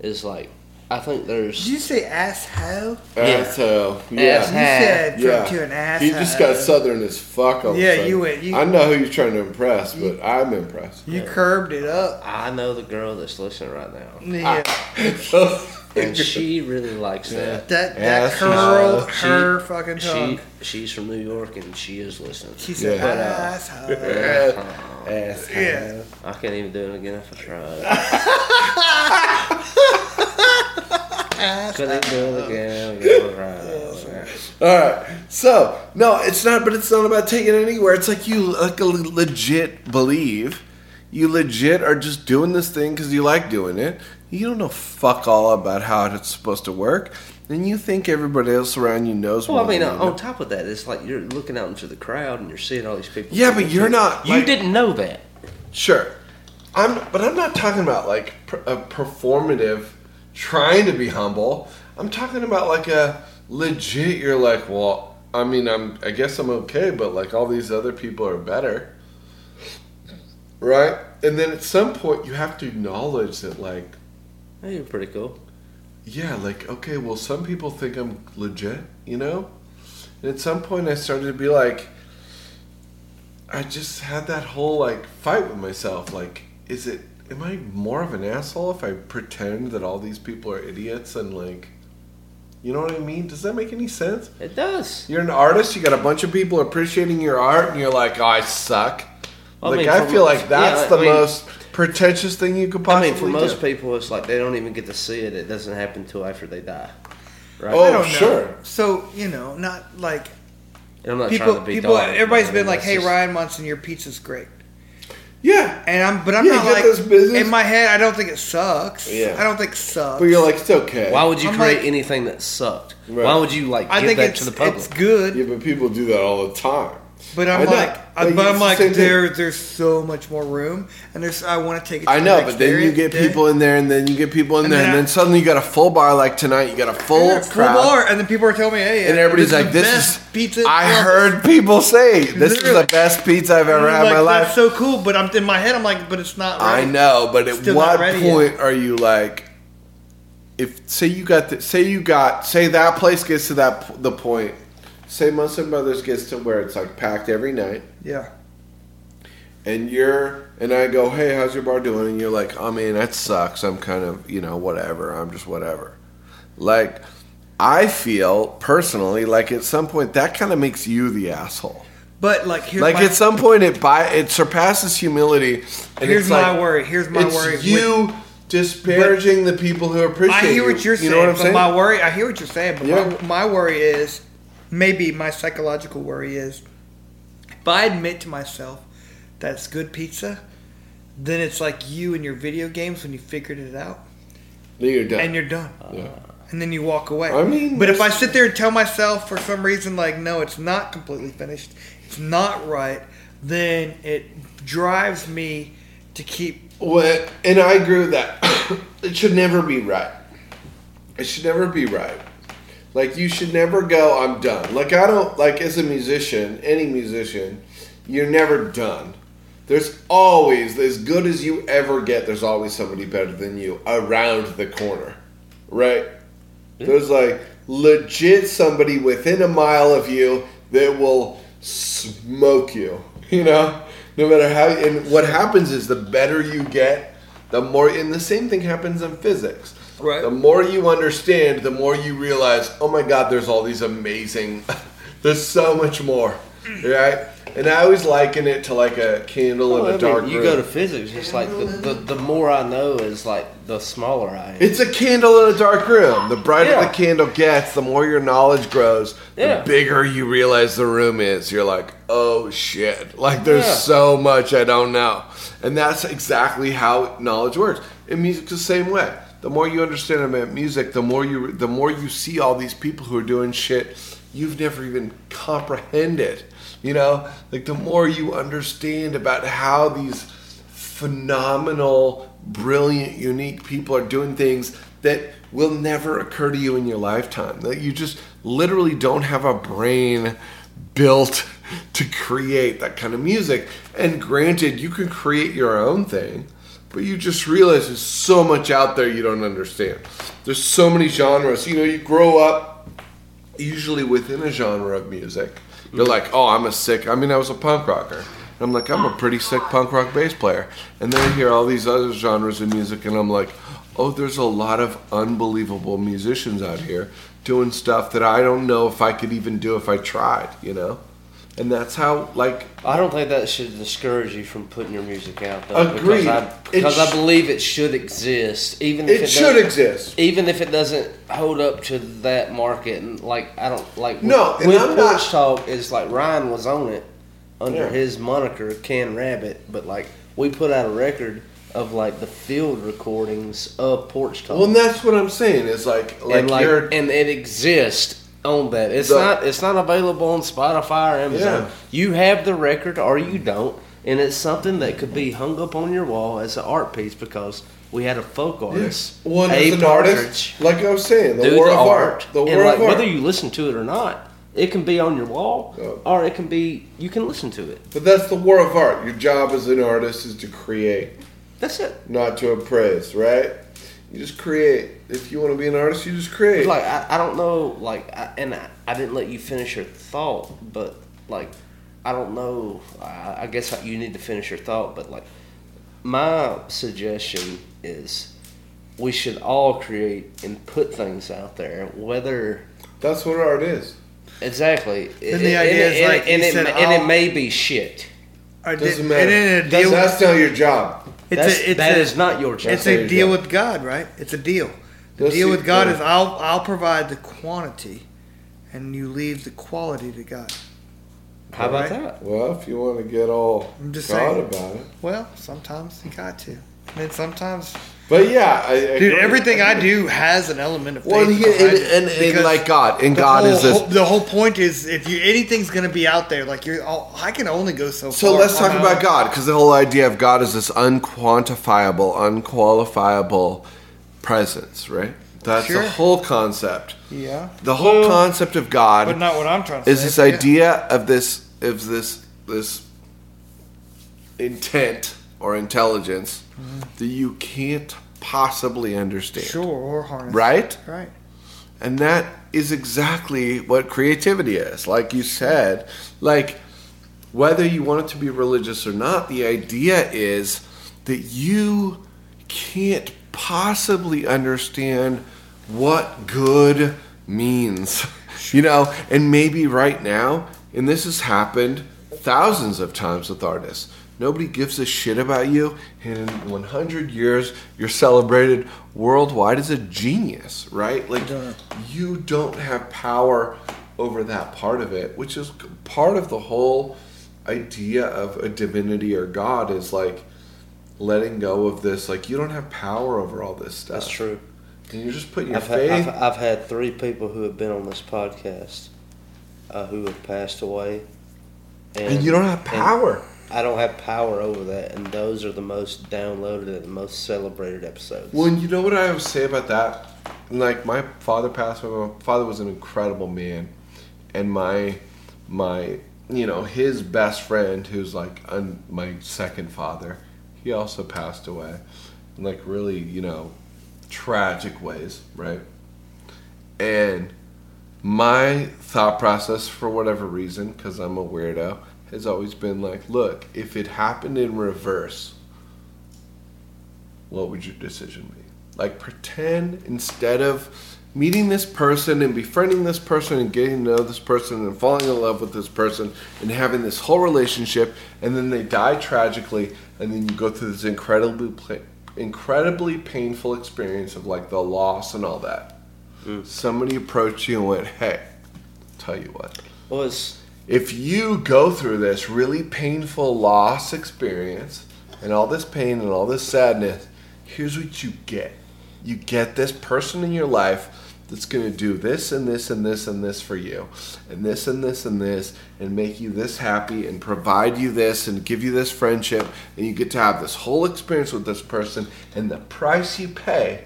is like I think there's Did you say asshole? Yeah. Asshole. Uh, Yeah. You Asshole. Ah, said Yeah. from to an asshole. He just got southern as fuck. All of a Yeah, sudden. you went- you- I know who you're trying to impress, but I'm impressed. You curbed it up. I know the girl that's listening right now, Yeah. and she really likes that. That that Asshole. curled She- her fucking She tongue. she's from New York and she is listening. She, said Yeah. asshole. Asshole. Yeah. I can't even do it again if I tried. Couldn't do it Oh. again. if I tried. All right. So no, it's not. But it's not about taking it anywhere. It's like you like legit believe. You legit are just doing this thing because you like doing it. You don't know fuck all about how it's supposed to work, and you think everybody else around you knows. Well, I more mean, uh, than on you know. on top of that, it's like you're looking out into the crowd and you're seeing all these people. Yeah, but you're not. You like- didn't know that. Sure. I'm, but I'm not talking about like per, a performative trying to be humble. I'm talking about like a legit. You're like, well, I mean, I'm. I guess I'm okay, but like all these other people are better, right? And then at some point, you have to acknowledge that, like, Hey, you're pretty cool. yeah, like okay, well, some people think I'm legit, you know. And at some point, I started to be like, I just had that whole like fight with myself. Like, is it? Am I more of an asshole if I pretend that all these people are idiots and like, you know what I mean? Does that make any sense? It does. You're an artist. You got a bunch of people appreciating your art, and you're like, oh, I suck. Well, I like, mean, I for feel mo- like that's yeah, the I mean- most pretentious thing you could I possibly mean, for most do. people, it's like they don't even get to see it. It doesn't happen till after they die. Right? Oh, I don't know. sure. So you know, not like and I'm not people. trying to be People. dark, Everybody's I mean, been like, that's "Hey, just- Ryan Munson, your pizza's great." Yeah, And I'm, but I'm Yeah, not you got like this business- in my head. I don't think it sucks. Yeah. I don't think it sucks. but you're like, it's okay. Why would you I'm create like- anything that sucked? Right. Why would you like give I think that it's to the public? it's good. Yeah, but people do that all the time. But I'm I know. like, I, but it's I'm the like, same thing. there, there's so much more room, and there's, I want to take it. To I the know, next but then you get area. people in there, and then you get people in And there, then and I- then suddenly you got a full bar like tonight. You got a full Yeah, crowd, full bar, and then people are telling me, hey, and everybody's this like, "This is the is best pizza." in I Columbus." heard people say this is Literally. the best pizza I've And ever I'm had in like, my "That's life. so cool, but I'm in my head. I'm like, but it's not. I Right. know, but at Still what not ready yet. point are you like, if say you got the, say you got say that place gets to that p- the point, say Muslim Brothers gets to where it's like packed every night. Yeah. and you're and I go, hey, how's your bar doing? And you're like, I mean, that sucks. I'm kind of you know whatever. I'm just whatever. Like I feel personally like at some point that kind of makes you the asshole. But like, here's Like my, at some point it by it surpasses humility. And Here's it's like, my worry. Here's my it's worry. You disparaging the people who appreciate. I hear what you. you're You saying. know what I'm but saying? My worry, I hear what you're saying, but Yeah. my, my worry is maybe my psychological worry is if I admit to myself that's good pizza, then it's like you and your video games when you figured it out Then you're done. and you're done. Yeah. And then you walk away. I mean, but if I that's- sit there and tell myself for some reason, like, no, it's not completely finished, it's not right, then it drives me to keep. Well, and I agree with that. it should never be right. It should never be right. Like you should never go, I'm done. Like I don't like as a musician, any musician, you're never done. There's always as good as you ever get, there's always somebody better than you around the corner. Right? There's like legit somebody within a mile of you that will smoke you. You know, no matter how. And what happens is the better you get, The more, and the same thing happens in physics. Right. The more you understand, the more you realize, oh my God, there's all these amazing, there's so much more, right? And I always liken it to like a candle in a Oh, I mean, dark you room. go to physics, it's like the, the, the more I know is like the smaller I am. It's a candle in a dark room. The brighter Yeah. the candle gets, the more your knowledge grows, the Yeah. bigger you realize the room is. You're like, oh shit. Like, there's Yeah. so much I don't know. And that's exactly how knowledge works. And music's the same way. The more you understand about music, the more you the more you see all these people who are doing shit you've never even comprehended. You know? Like the more you understand about how these phenomenal, brilliant, unique people are doing things that will never occur to you in your lifetime. That you just literally don't have a brain built to create that kind of music. And granted, you can create your own thing, but you just realize there's so much out there you don't understand. There's so many genres. You know, you grow up usually within a genre of music. You're like, oh, I'm a sick. I mean, I was a punk rocker. And I'm like, I'm a pretty sick punk rock bass player. And then I hear all these other genres of music, and I'm like, oh, there's a lot of unbelievable musicians out here doing stuff that I don't know if I could even do if I tried, you know? And that's how, like, I don't think that should discourage you from putting your music out though, Agreed. because I It because sh- I believe it should exist, even if it it, should doesn't- exist. Even if it doesn't hold up to that market, and like I don't like No, with, and with I'm Porch not- Talk is like Ryan was on it under Yeah. his moniker Can Rabbit, but like we put out a record of like the field recordings of Porch Talk, Well, and that's what I'm saying is like, like, and like you're. and it exists on that. It's The- not it's not available on Spotify or Amazon. Yeah. You have the record or you don't, and it's something that could be hung up on your wall as an art piece because we had a folk artist, Well, and Abe as an artist, Partridge, like I was saying, the do war the of art, art, the and war like of art. whether you listen to it or not, it can be on your wall Yeah. or it can be you can listen to it. But that's the war of art. Your job as an artist is to create, That's it. not to appraise, right? You just create. If you want to be an artist, you just create. Like I, I don't know, like I, and I, I didn't let you finish your thought, but like I don't know. I, I guess you need to finish your thought, but like my suggestion is we should all create and put things out there, whether that's what art is. exactly. And the idea is, like, and, you it, said ma- and all- it may be shit. I did- Doesn't matter. And then a That's, deal, that's not your job. it's That's, a, it's that a, is not your job. it's a you deal go. with God, right? It's a deal. The Let's deal see- with God yeah. is I'll I'll provide the quantity, and you leave the quality to God. How about right? that? Well, if you want to get all I'm just God saying. about it, Well, sometimes you got to. I mean, sometimes, but yeah, I, I dude, agree. everything I do has an element of faith. Well, and, he- behind and, it and, and because like God, and the God is whole- this. The whole point is, if you anything's going to be out there, like you're, all, I can only go so. So far let's on talk my about own. God, because the whole idea of God is this unquantifiable, unqualifiable presence, right? That's Sure. the whole concept. Yeah, The whole Well, concept of God but not what I'm trying to is say. this but yeah. idea of this of this this intent or intelligence that you can't possibly understand. Mm-hmm. Sure, or harness. Right? Right. And that is exactly what creativity is. Like you said, like whether you want it to be religious or not, the idea is that you can't possibly understand what good means. You know, and maybe right now, and this has happened thousands of times with artists. Nobody gives a shit about you, and in 100 years, you're celebrated worldwide as a genius, right? Like, you don't have power over that part of it, which is part of the whole idea of a divinity or God is like letting go of this. Like, you don't have power over all this stuff. That's true. And you're just putting your I've had, faith. I've, I've had three people who have been on this podcast uh, who have passed away, and you don't have and power. I don't have power over that, and those are the most downloaded and the most celebrated episodes. Well, and you know what I would say about that? Like my father passed away. My father was an incredible man, and my my you know his best friend, who's like un, my second father, he also passed away, in like really you know tragic ways, right? And my thought process, for whatever reason, because I'm a weirdo, has always been like, look, if it happened in reverse, what would your decision be? Like, pretend instead of meeting this person and befriending this person and getting to know this person and falling in love with this person and having this whole relationship, and then they die tragically, and then you go through this incredibly, pla- incredibly painful experience of like the loss and all that. Somebody approached you and went, "Hey, tell you what." Well, it's if you go through this really painful loss experience and all this pain and all this sadness, here's what you get. You get this person in your life that's going to do this and this and this and this for you, and this and this and this, and make you this happy, and provide you this, and give you this friendship, and you get to have this whole experience with this person, and the price you pay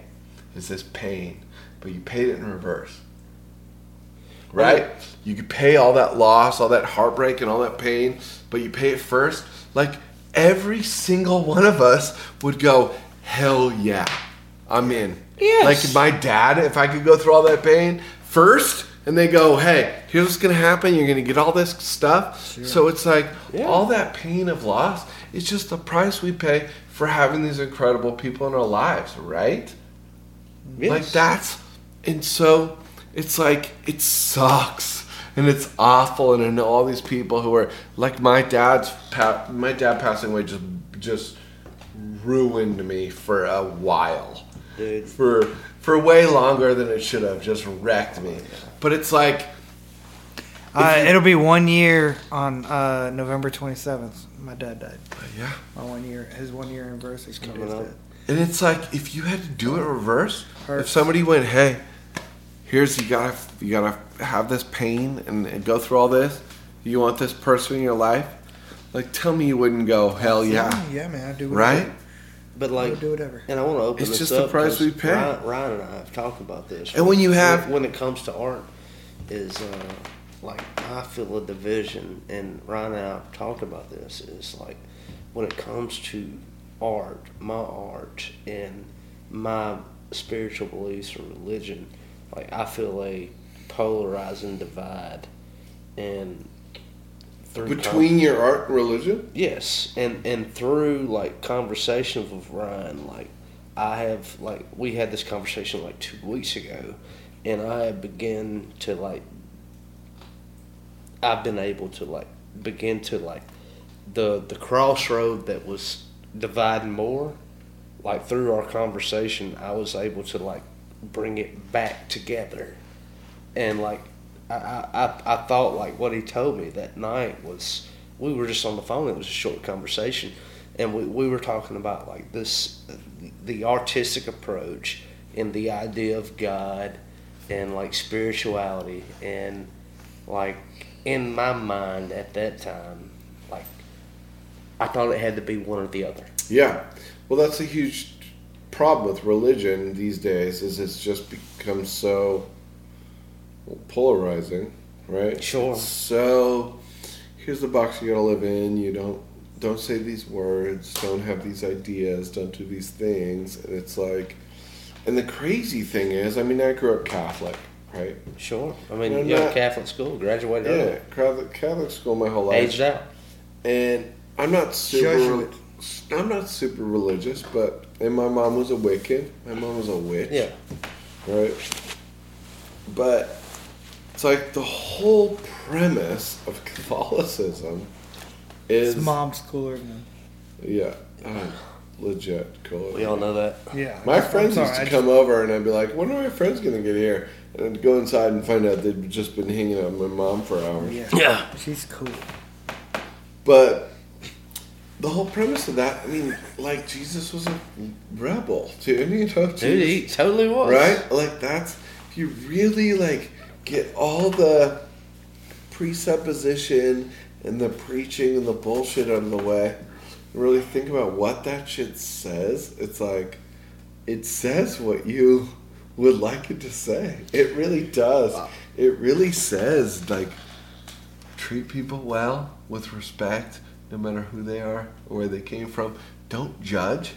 is this pain, but you paid it in reverse right? You could pay all that loss, all that heartbreak, and all that pain, but you pay it first. Like every single one of us would go, hell yeah, I'm in. Like my dad, if I could go through all that pain first, and they go, hey, here's what's gonna happen. You're gonna get all this stuff. So it's like all that pain of loss. It's just the price we pay for having these incredible people in our lives, right? Like that's and so it's like it sucks and it's awful and I know all these people who are like my dad's pa- my dad passing away just just ruined me for a while. Dude. For for way longer than it should have just wrecked me. But it's like Uh, it'll be one year on uh, November 27th. My dad died. yeah. My one year, his one year anniversary. from his death. And it's like if you had to do it reverse, if Hurts. somebody went, "Hey, here's you gotta you gotta have this pain and, and go through all this. You want this person in your life? Like, tell me you wouldn't go, hell yeah, yeah, man. I do. right? But I like, would do whatever. and I want to open It's this just the up price 'cause we pay. Ryan, Ryan and I have talked about this. And when you have- when it comes to art, is uh, like I feel a division, and Ryan and I have talked about this. Is like when it comes to art, my art, and my spiritual beliefs or religion, like I feel a polarizing divide, and through Between your art and religion, Yes, and and through like conversations with Ryan, like I have like we had this conversation like two weeks ago, and I have begun to like I've been able to like begin to like the the crossroad that was dividing more, like through our conversation, I was able to like bring it back together, and like I I I, I thought like what he told me that night was we were just on the phone. It was a short conversation, and we we were talking about like this the artistic approach and the idea of God and like spirituality and like in my mind at that time like I thought it had to be one or the other. yeah. Well, that's a huge problem with religion these days. Is it's just become so polarizing, right? Sure. So here's the box you gotta live in. You don't don't say these words. Don't have these ideas. Don't do these things. And it's like, and the crazy thing is, I mean, I grew up Catholic, right? Sure. I mean, They're you go not- to Catholic school, graduated Yeah, early, Catholic, Catholic school my whole life. aged out. and I'm not super. Jesuit. I'm not super religious, but and my mom was a Wiccan. My mom was a witch. Yeah. Right. But it's like the whole premise of Catholicism is His mom's cooler than. yeah, uh, legit cool. We all know that. Yeah. My I'm friends sorry, used to I come over and I'd be like, when are my friends going to get here? And I'd go inside and find out they'd just been hanging out with my mom for hours. Just, yeah. Yeah. She's cool. But the whole premise of that, I mean, like, Jesus was a rebel, dude. You know, Dude, Jesus- he totally was. right? Like that's if you really like get all the presupposition and the preaching and the bullshit out of the way, and really think about what that shit says. It's like it says what you would like it to say. It really does. Uh, It really says like treat people well with respect, no matter who they are or where they came from. Don't judge.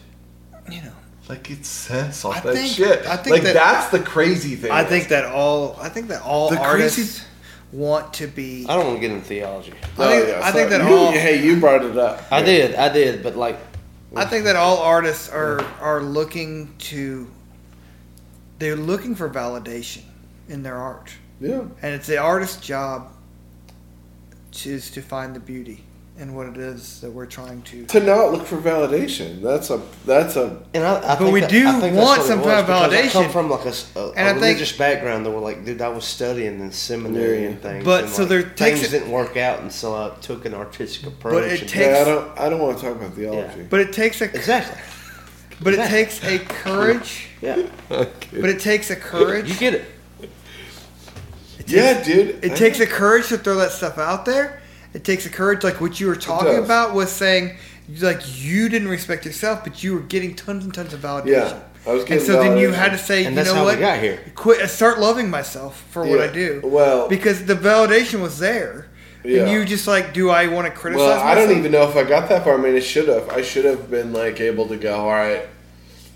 You know. Like it says all I that think- shit. I think like that- that's the crazy thing. I think that all. I think that all The artists crazy- want to be. I don't want to get into theology. I think- I think that Oh, you, all- Hey, you brought it up. I did, I did, but like I think that all artists are are looking to they're looking for validation in their art. Yeah. And it's the artist's job to, is to find the beauty in what it is that we're trying to To not look for validation. That's a that's a And I, I But think we that- do I think that's want what it some was, kind of because I validation. come from like a, s- a- And a I think- religious background that were like, dude, I was studying in seminary and things. But and, so like, there takes things it- didn't work out, and so I took an artistic approach. it and- takes- yeah, I don't I don't want to talk about theology. but it takes a exactly. but it takes a courage Yeah, but it takes a you courage get it. Yeah, dude. It takes a courage to throw that stuff out there. It takes a courage, like what you were talking does. about was saying, like you didn't respect yourself, but you were getting tons and tons of validation. Yeah, I was and getting so then you validation. had to say, And you that's know how we what? got here. Quit. Start loving myself for what Yeah, I do. well- because the validation was there, Yeah. and you just like, do I want to criticize? Well, I myself? don't even know if I got that far. I mean, I should have. I should have been like able to go. All right,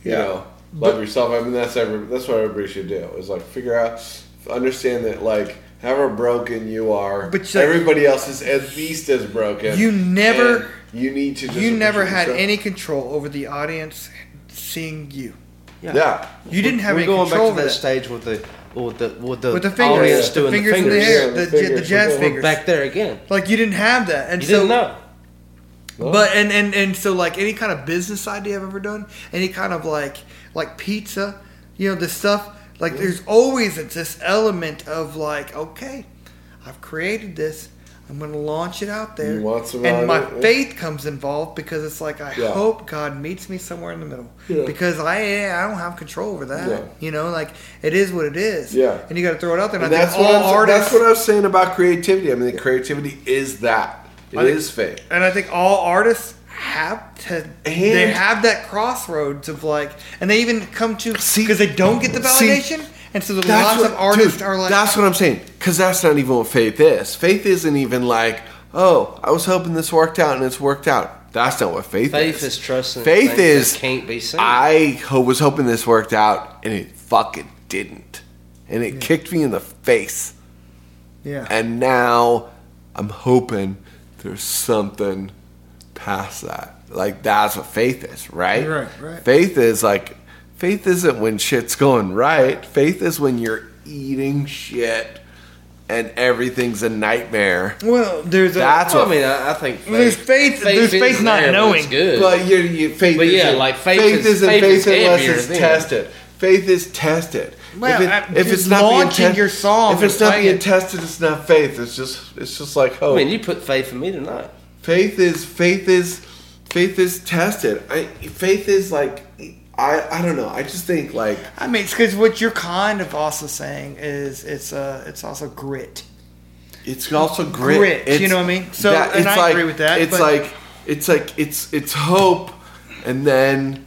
you Yeah. know, love yourself. I mean, that's every. That's what everybody should do. Is like figure out, understand that like however broken you are, But, like, everybody else is at least as broken. You never- and You need to. Just You never appreciate had yourself. any control over the audience seeing you. Yeah. You didn't have We're any going control back to over that that. stage with the with the with the, With the fingers, audience the doing fingers the in the fingers. air, Yeah, the, the j- the fingers. jazz We're fingers. Back there again. Like you didn't have that, and You so didn't know. But and, and and so like any kind of business idea I've ever done, any kind of like like pizza, you know, this stuff. Like there's always this element of like, okay, I've created this. I'm gonna launch it out there, You want some and my validation? faith comes involved because it's like I Yeah. hope God meets me somewhere in the middle Yeah. because I I don't have control over that. Yeah. You know, like it is what it is. Yeah. and you got to throw it out there. And And I that's think what all I'm, artists. that's what I was saying about creativity. I mean, creativity is that. It I think- is fake. and I think all artists have to they And- have that crossroads of like and they even come to because they don't get the see, validation and so the That's lots what- of artists dude, are like That's what I'm saying. Because that's not even what faith is. Faith isn't even like, oh, I was hoping this worked out and it's worked out. That's not what faith, is. Faith is trusting Faith things that is can't be seen. I ho- was hoping this worked out and it fucking didn't, and it kicked me in the face. yeah And now I'm hoping there's something past that. Like that's what faith is, right? Right, right. Faith is like faith isn't when shit's going right. Faith is when you're eating shit and everything's a nightmare. well there's a That's Well, I what mean, I, I think faith, There's faith- there's is faith not there, but it's knowing. Good. But you, you, faith But yeah, isn't- like, faith is- isn't faith is unless heavier it's than- tested. Faith is tested. Well, I- just launching test- your song if it's and not playing being it. tested, it's not faith. It's just, it's just like hope. I mean, you put faith in me tonight. faith is faith is faith is tested. I faith is like I I don't know. I just think like I mean it's because what you're kind of also saying is it's uh it's also grit it's also grit. Grit, you It's- know what I mean? So, and it's I agree with that, It's but- like it's like it's it's hope, and then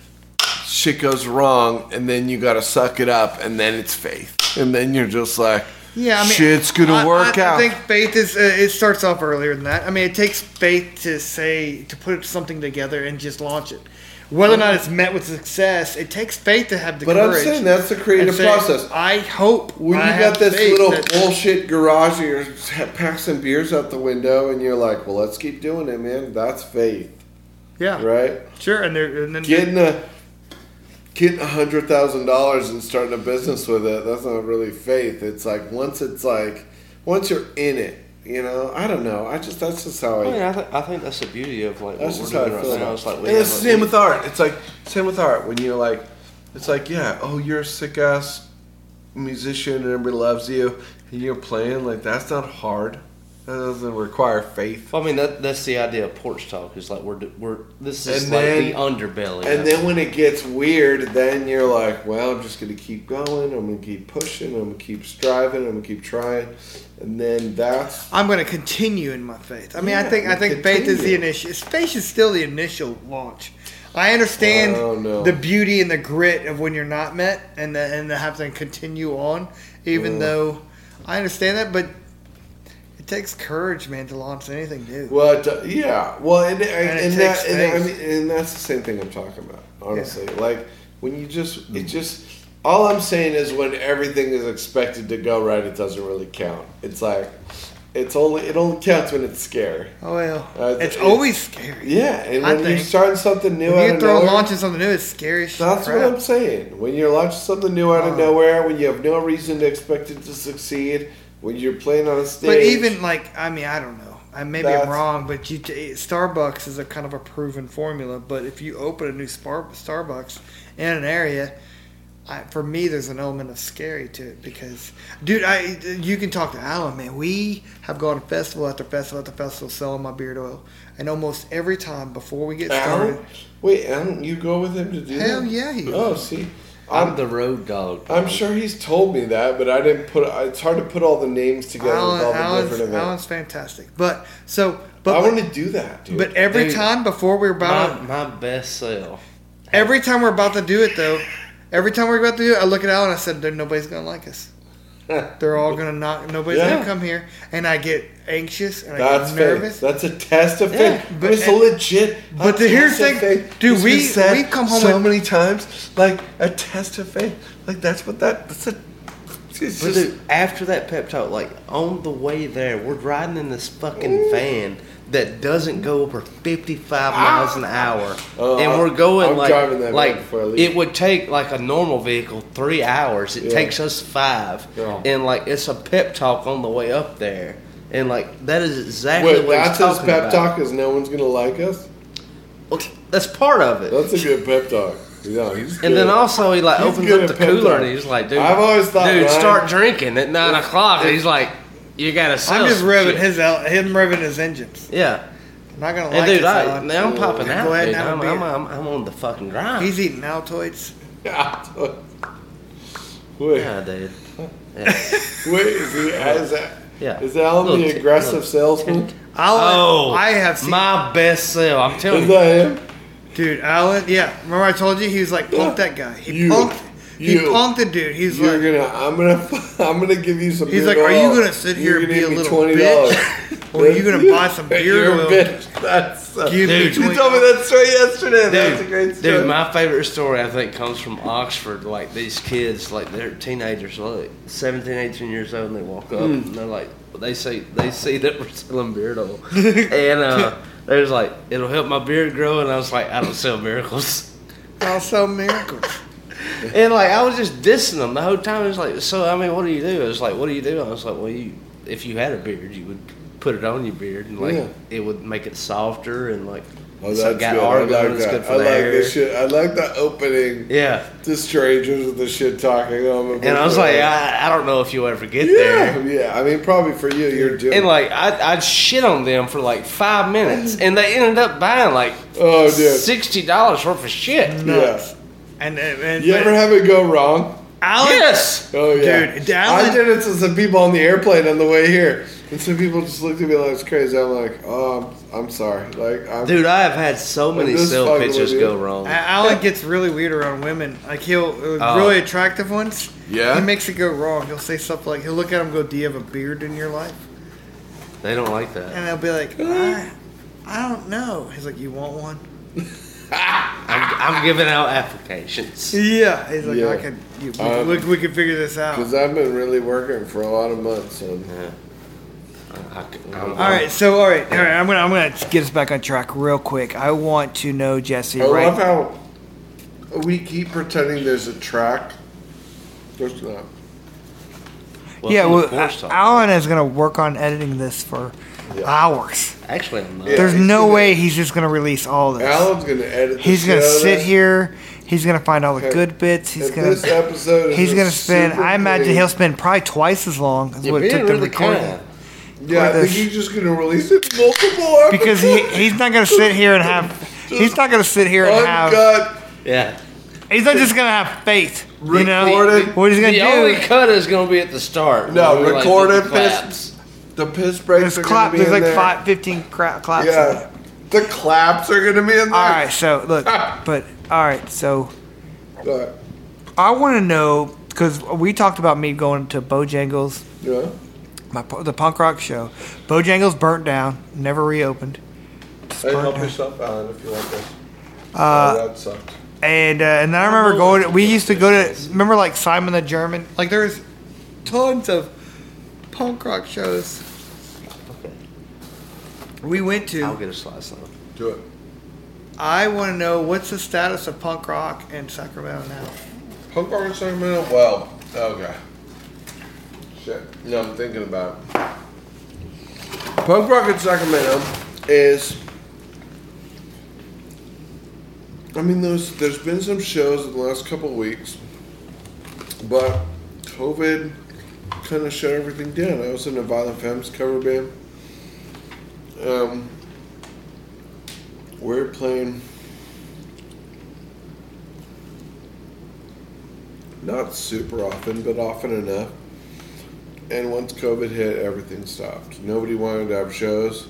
shit goes wrong, and then you got to suck it up, and then it's faith, and then you're just like, yeah I mean shit's gonna I- work I, out. I think faith is uh, it starts off earlier than that I mean it takes faith to say to put something together and just launch it whether or not it's met with success it takes faith to have the but I'm courage saying that's the and creative say, process. I hope When I you have got this faith little that- bullshit garage and you're ha- passing beers out the window, and you're like, well, let's keep doing it, man. That's faith, yeah, right? Sure, and there, and then getting a getting a hundred thousand dollars and starting a business with it that's not really faith it's like once it's like once you're in it you know i don't know i just that's just how i, I mean, I, th- I think that's the beauty of like that's what just we're how i doing right feel now. about It's it. like we and have it's the a- same with art it's like same with art when you're like it's like yeah oh you're a sick ass musician and everybody loves you and you're playing like that's not hard that doesn't require faith Well, I mean, that, that's the idea of porch talk. Is like we're d- we're this is And like then- the underbelly. And of then when it gets weird, then you're like, well, I'm just going to keep going. I'm going to keep pushing. I'm going to keep striving. I'm going to keep trying. And then that's. I'm going to continue in my faith. I mean, I Yeah, think I you think faith is the continue. initial. Faith is still the initial launch. I understand Oh, no. the beauty and the grit of when you're not met, and the, and the having to continue on, Mm. even though I understand that. But it takes courage, man, to launch anything new. Well, it do- yeah. Well, and, and, it and takes that, and, I faith. mean, and that's the same thing I'm talking about, honestly. Like, when you just. Mm. It just. All I'm saying is when everything is expected to go right, it doesn't really count. It's like, It's only it only counts when it's scary. Oh well, Uh, it's it- always scary. Yeah, and I when you're think- starting something new out When you of throw nowhere, launching something new, it's scary. as shit, that's what crap. I'm saying. When you're launching something new out of nowhere, when you have no reason to expect it to succeed, when you're playing on a stage, But even like, I mean, I don't know. I maybe I'm That's- wrong, but you t- Starbucks is a kind of a proven formula. But if you open a new Spar- Starbucks in an area, I, for me, there's an element of scary to it because, dude, I eh, you can talk to Alan, man. We have gone to festival after festival after festival selling my beard oil, and almost every time before we get started, Alan, wait, Alan, you go with him to do Hell that? yeah, he Oh, see, I'm the road dog. I'm sure he's told me that, but I didn't put. It's hard to put all the names together with all Alan, the Alan's, different events. Alan's fantastic. But so, I but want to do that, dude. but every Dude. time before we were about My, my best sell. Every time we're about to do it, though, every time we're about to do it, I look at Alan and I said, "Dude, nobody's gonna like us. They're all gonna not. Nobody's Yeah. gonna come here." And I get anxious and I that's get nervous. nervous. That's a test of Yeah, faith. but- But it's a legit. but a the- here's test of the thing, faith. dude, It's we- been said we come home so with- many times, like a test of faith. Like that's what that. That's a. It's But just, dude, after that pep talk, like on the way there, we're riding in this fucking van that doesn't go over 55 miles an hour, Ah! Oh, and I- we're going I'm like driving that van like before I leave. it would take like a normal vehicle three hours. It Yeah. takes us five, Yeah. and like it's a pep talk on the way up there, and like that is exactly wait, what that's that's his talking pep about. talk. Is no one's gonna like us? Well, That's part of it. That's a good pep talk. Yeah, he's and then good. also he like He's opens good up the at pep cooler talk. and he's like, "Dude, I've always thought, dude, Ryan- start drinking at nine o'clock." And he's like, "You gotta sell." I'm just some revving shit." his out, him revving his engines. Yeah. I'm not gonna And like dude, this, I, Alan. now I'm popping Go out, ahead dude. and have a I'm, beer. I'm, I'm, I'm on the fucking grind. He's eating Altoids. Yeah. Wait, yeah, dude. Oh, Yeah. wait, is, he, is that? Yeah. Is Alan Little the tick- aggressive little salesman? Alan, oh, I have seen, my best sell. I'm telling Is you, that him? dude. Alan, yeah. Remember I told you he was like punk that guy. He You. punked. He You. punked the dude. He's You're like, gonna, I'm gonna, I'm gonna give you some. He's beer like, "Are you oil. gonna sit here You're and gonna be a give me $20. little bitch? Or are you gonna buy some beer You're a oil?" bitch. That's uh, Give me dude, You $20. told me that story yesterday. That's a great dude. story. Dude, my favorite story I think comes from Oxford. Like these kids, like they're teenagers, like 17, 18 years old, and they walk up Hmm. and they're like, they say they see that we're selling beard oil, and uh, they was like, it'll help my beard grow, and I was like, I don't sell miracles. "I'll sell miracles." And like I was just dissing them the whole time. It was like, so I mean, what do you do? It was like, what do you do? I was like, well, you if you had a beard, you would put it on your beard, and like Yeah. it would make it softer and like Oh, so it that's got good. I argon. like it's that. good for I the like hair. this shit. I like the opening. Yeah, The strangers with the shit talking. Oh, and I was like, I, I don't know if you'll ever get yeah, there. yeah. I mean, probably for you, you're doing. And like I, I'd shit on them for like five minutes, and they ended up buying like oh, dude. sixty dollars worth of shit. yeah. And and, and You ever have it go wrong? Alan, Yes, Oh yeah, Dude, Alan- I did it to some people on the airplane on the way here, and some people just looked at me like it's crazy. I'm like, oh, I'm, I'm sorry. Like, I'm, dude, I have had so many this cell fucking pictures with go you. wrong. A- Alan gets really weird around women. Like he'll uh, Oh. really attractive ones. Yeah? He makes it go wrong. He'll say stuff like, he'll look at him and go, "Do you have a beard in your life?" They don't like that. And they'll be like, "I, I don't know." He's like, "You want one?" I'm, I'm giving out applications. Yeah. He's like, Yeah. "I can. You, we, Um, we, we can figure this out." because I've been really working for a lot of months. And I, uh, Um, All right. So all right, all right. I'm gonna I'm gonna get us back on track real quick. I want to know Jesse. I Right. love how we keep pretending there's a track. There's not. yeah. Well, Alan is gonna work on editing this for Yeah. hours. actually, I'm not. Yeah. There's he's no gonna- way he's just gonna release all this. Alan's gonna edit. the He's gonna shit out of sit this. here. He's gonna find all the Okay. good bits. He's If gonna. this episode is he's a gonna spend. super I imagine clean- he'll spend probably twice as long as You're what it being took to really record kind. it. Yeah, I with think this. he's just gonna release it multiple episodes. Because he, he's not gonna sit here and have. He's not gonna sit here and have. uncut. Yeah. He's not just gonna have faith. You know Recorded. what he's gonna the only do? cut is going to be at the start. No, when we, like, record do it, the piss- claps. The piss breaks. There's are gonna clap. be There's in like there. five, fifteen cra- claps. in there. Yeah. The claps are gonna be in there. All right. So look, but all right. So Uh, I want to know because we talked about me going to Bojangles yeah. my the punk rock show. Bojangles burnt down, never reopened, Hey, help Spartan. yourself, Alan, if you want this. Uh, that sucked. and uh, and then I remember going. To, we used to go to remember like Simon the German. Like there's tons of punk rock shows We went I'll to. get a slice of it. Do it. I want to know what's the status of punk rock in Sacramento now. Punk rock in Sacramento? Well, okay. Shit. No, I'm thinking about it. Punk rock in Sacramento is. I mean, there's, there's been some shows in the last couple of weeks, but COVID kind of shut everything down. I was in a Violent Femmes cover band. Um, we're playing. not super often, but often enough. And once COVID hit, everything stopped. Nobody wanted to have shows.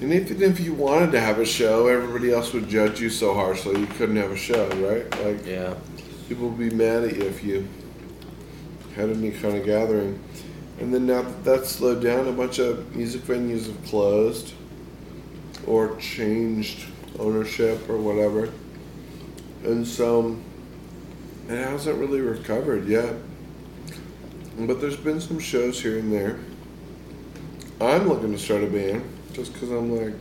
And even if you wanted to have a show, everybody else would judge you so harshly you couldn't have a show, right? Like, Yeah. people would be mad at you if you had any kind of gathering. And then now that that's slowed down, a bunch of music venues have closed or changed ownership or whatever. And so it hasn't really recovered yet. But there's been some shows here and there. I'm looking to start a band just because I'm like,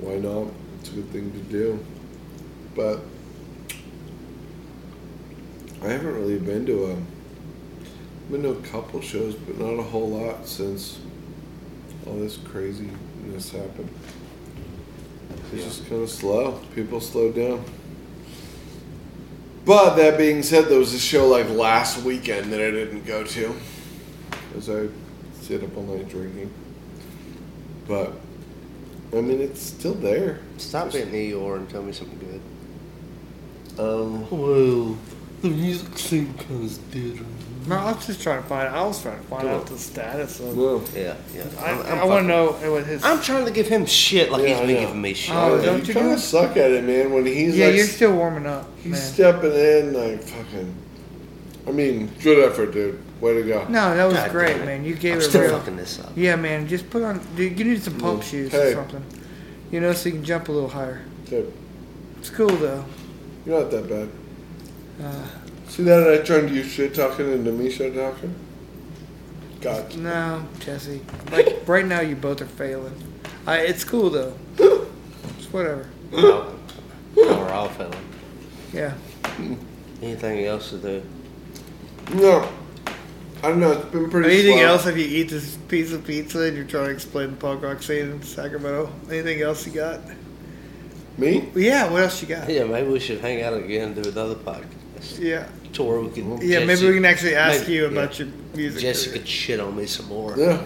why not? It's a good thing to do. But I haven't really been to a been to a couple shows, but not a whole lot since all this craziness happened. It's just kind of slow. People slowed down. But that being said, there was a show like last weekend that I didn't go to, as I sit up all night drinking. But I mean, it's still there. Stop being Eeyore and tell me something good. Um, Well, the music scene comes bitter. No, I was just trying to find. I was trying to find Come out on. the status of. no. Yeah, yeah. I, I'm- I'm I want fucking- to know what his. I'm trying to give him shit like Yeah, he's I been know. giving me shit. Oh, Yeah, don't you you kind do- of suck at it, man. When he's yeah, like, you're still warming up, he's man. stepping in, like fucking. I mean, good effort, dude. Way to go. no, that was God great, damn it. man. You gave I'm it still real. fucking Mm. this up. Yeah, man. Just put on. Dude, you need some pump shoes or Hey. something. You know, so you can jump a little higher. Dude, It's cool though. Uh, you're not that bad. See that I turned you shit talking into me shit talking. God, No, Jesse. Like right now, you both are failing. I, it's cool though. It's whatever. No, we're all failing. Yeah. Anything else to do? no. I don't know. It's been pretty. Anything slow. else? If you eat this piece of pizza and you're trying to explain the punk rock scene in Sacramento, anything else you got? Me? Yeah. What else you got? Yeah, maybe we should hang out again and do another podcast. Yeah. To where we can. Yeah, maybe Jesse- we can actually ask maybe- you yeah. about your music. Jessica shit on me some more. Yeah. career.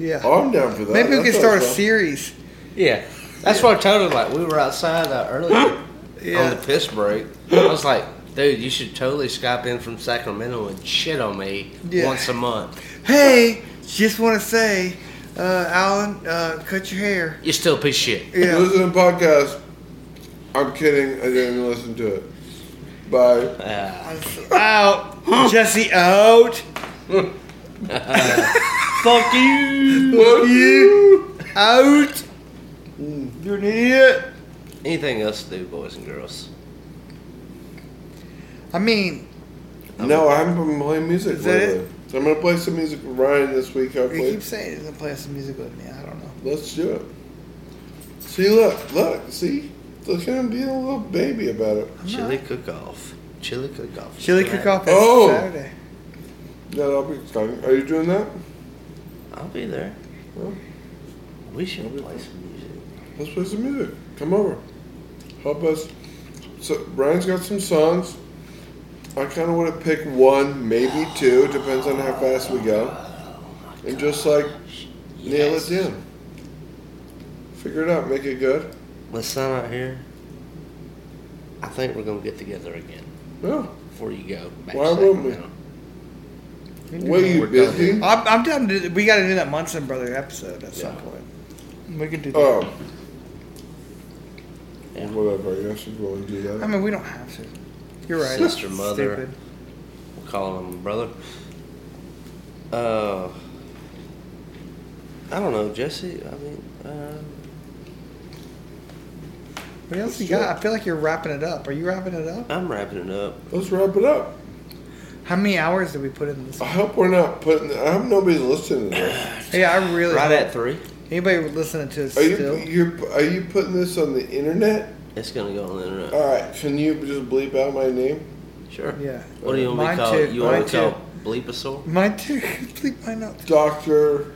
Yeah. Oh, I'm down for that. Maybe we That can sounds start a fun. series. Yeah. That's what I told her. Like, we were outside uh, earlier on Yeah. the piss break. I was like, dude, you should totally Skype in from Sacramento and shit on me Yeah. once a month. Hey, just want to say, uh, Alan, uh, cut your hair. You're still a piece of shit. Yeah. Listen to podcast. I'm kidding. I didn't even listen to it. Bye. Uh, out. Jesse out. fuck you. Love you. Out. You're an idiot. Anything else to do, boys and girls? I mean, No, I haven't been playing music Is that lately. I'm gonna play some music with Ryan this week, you hopefully. keep saying he's gonna play some music with me. I don't know. Let's do it. See, look, look, see? Look at him being a little baby about it. Chili cook off. Chili cook off. Chili cook off is Oh. Saturday. Yeah, that'll be exciting. Are you doing that? I'll be there. Well, We should play some music. let's play some music. Come over. Help us. So, Ryan's got some songs. I kind of want to pick one, maybe two, depends on how fast we go. And just like nail it down. Figure it out, make it good. Let's sign out here. I think we're gonna get together again Yeah. before you go. Back Why to wouldn't we? Sacramento. Were you busy? I'm, I'm down to. do- We got to do that Munson brother episode at some Yeah. point. We could do that. Oh. Yeah. Whatever, I guess you go and do I that. mean, we don't have to. You're right. Sister, mother. Stupid. We'll call him brother. Uh, I don't know, Jesse. I mean, uh, What else you got? I feel like you're wrapping it up. Are you wrapping it up? I'm wrapping it up. Let's wrap it up. How many hours Oh. did we put in this? I hope we're not putting. I hope nobody's listening to this. Yeah, I really. Right at three. Anybody listening to us Are still? you you're, are you putting this on the internet? It's gonna go on the internet. All right. Can you just bleep out my name? Sure. Yeah. What do you want me Mine to call too, it? You want mine me to call it bleeposaur? Mine too. Please, why not? Doctor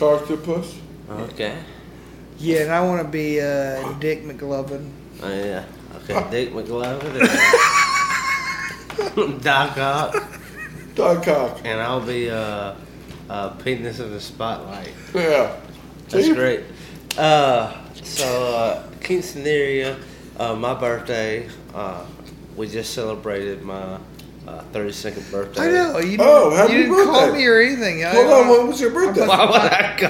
Octopus. Okay. Yeah, and I want to be uh, Dick McLovin. Oh, yeah. Okay. Dick McLovin. and- Doc Ock. Doc Ock. And I'll be uh, uh, penis in the spotlight. Yeah. That's See? great. Uh, so, uh, Quinceanera, uh, my birthday. Uh, we just celebrated my uh, 32nd birthday. I know. You didn't, Oh, happy you didn't call birthday. me or anything. I- Hold on. I- When was your birthday? Why would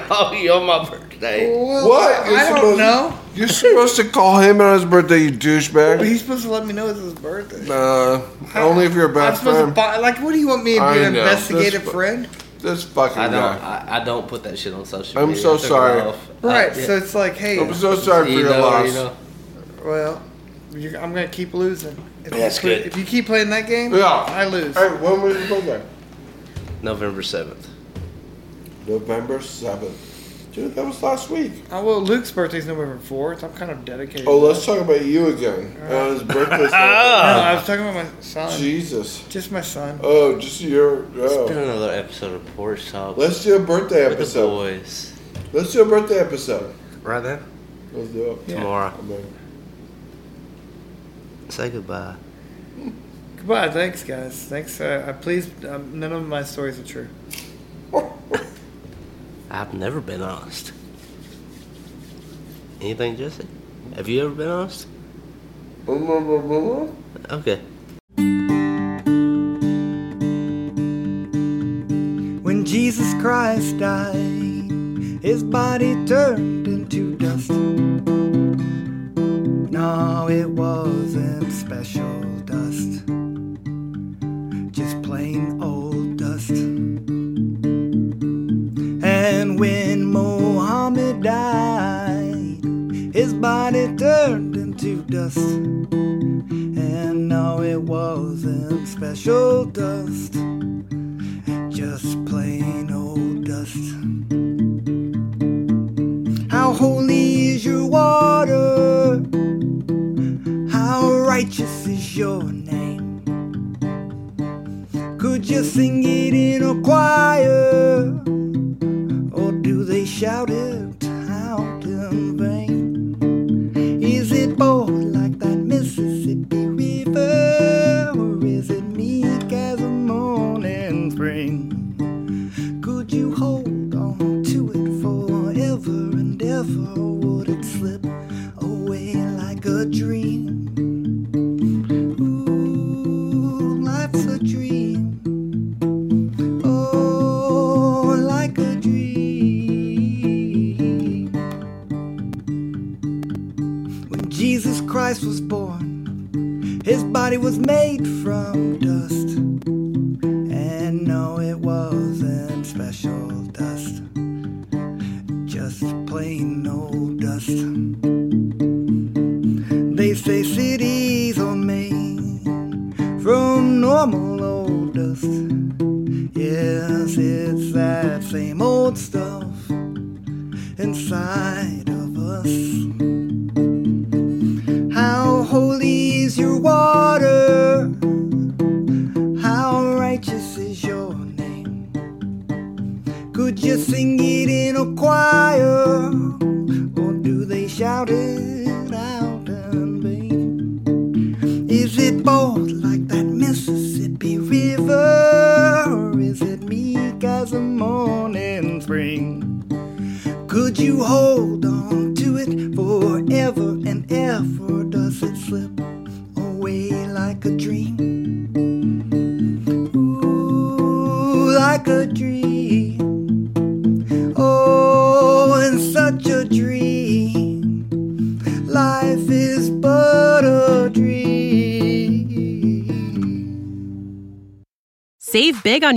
I call you on my birthday? Well, What? I don't supposed know. To, you're supposed to call him on his birthday, you But douchebag. he's supposed to let me know it's his birthday. Nah, only if you're a I'm best supposed to friend. buy, like, what do you want me to I be an know. investigative This- friend? this fucking I don't. guy. I, I don't put that shit on social. I'm media. so I took it sorry. off. Right, Uh, yeah. so it's like, hey, I'm so sorry for You your know, loss. you know. well, you're, I'm going to keep losing. If, That's you play- good. if you keep playing that game, Yeah. I lose. Hey, when was your birthday? November seventh. November 7th. Dude, that was last week. Oh, well, Luke's birthday's November 4th. I'm kind of dedicated. Oh, to let's talk about you again. Uh, his birthday. celebration. that. No, I was talking about my son. Jesus. Just my son. Oh, just your. It's been Oh. another episode of Porch Talk Let's do a birthday with the episode. boys. Let's do a birthday episode. Right now, Let's do it. tomorrow. I'm in. Say goodbye. Goodbye. Thanks, guys. Thanks. Uh, I please. Um, none of my stories are true. I've never been honest. Anything, Jesse? Have you ever been honest? Okay. When Jesus Christ died, his body turned into dust. No, it wasn't special dust, just plain old dust. And when Mohammed died, his body turned into dust. And no, it wasn't special dust just plain old dust. How holy is your water? How righteous is your name? Could you sing it in a choir? Or do they shout it out in vain? Is it bold like that Mississippi River? Or is it meek as a morning spring? Could you hold on to it forever and ever? Or would it slip away like a dream? Ooh, life's a dream. Oh, like a dream. When Jesus Christ was born, his body was made from dust. And no, it wasn't special dust, just plain old dust. They say cities are made from normal old dust. Yes, it's that same old stuff inside of us. How holy is your water? How righteous is your name? Could you sing it in a choir? Or do they shout it out in vain? Is it bold like that Mississippi River? Or is it meek as a morning spring? Could you hold on to it forever and ever? Or Does it slip away like a dream? Ooh, like a dream. Oh, and such a dream. Life is but a dream. Save big on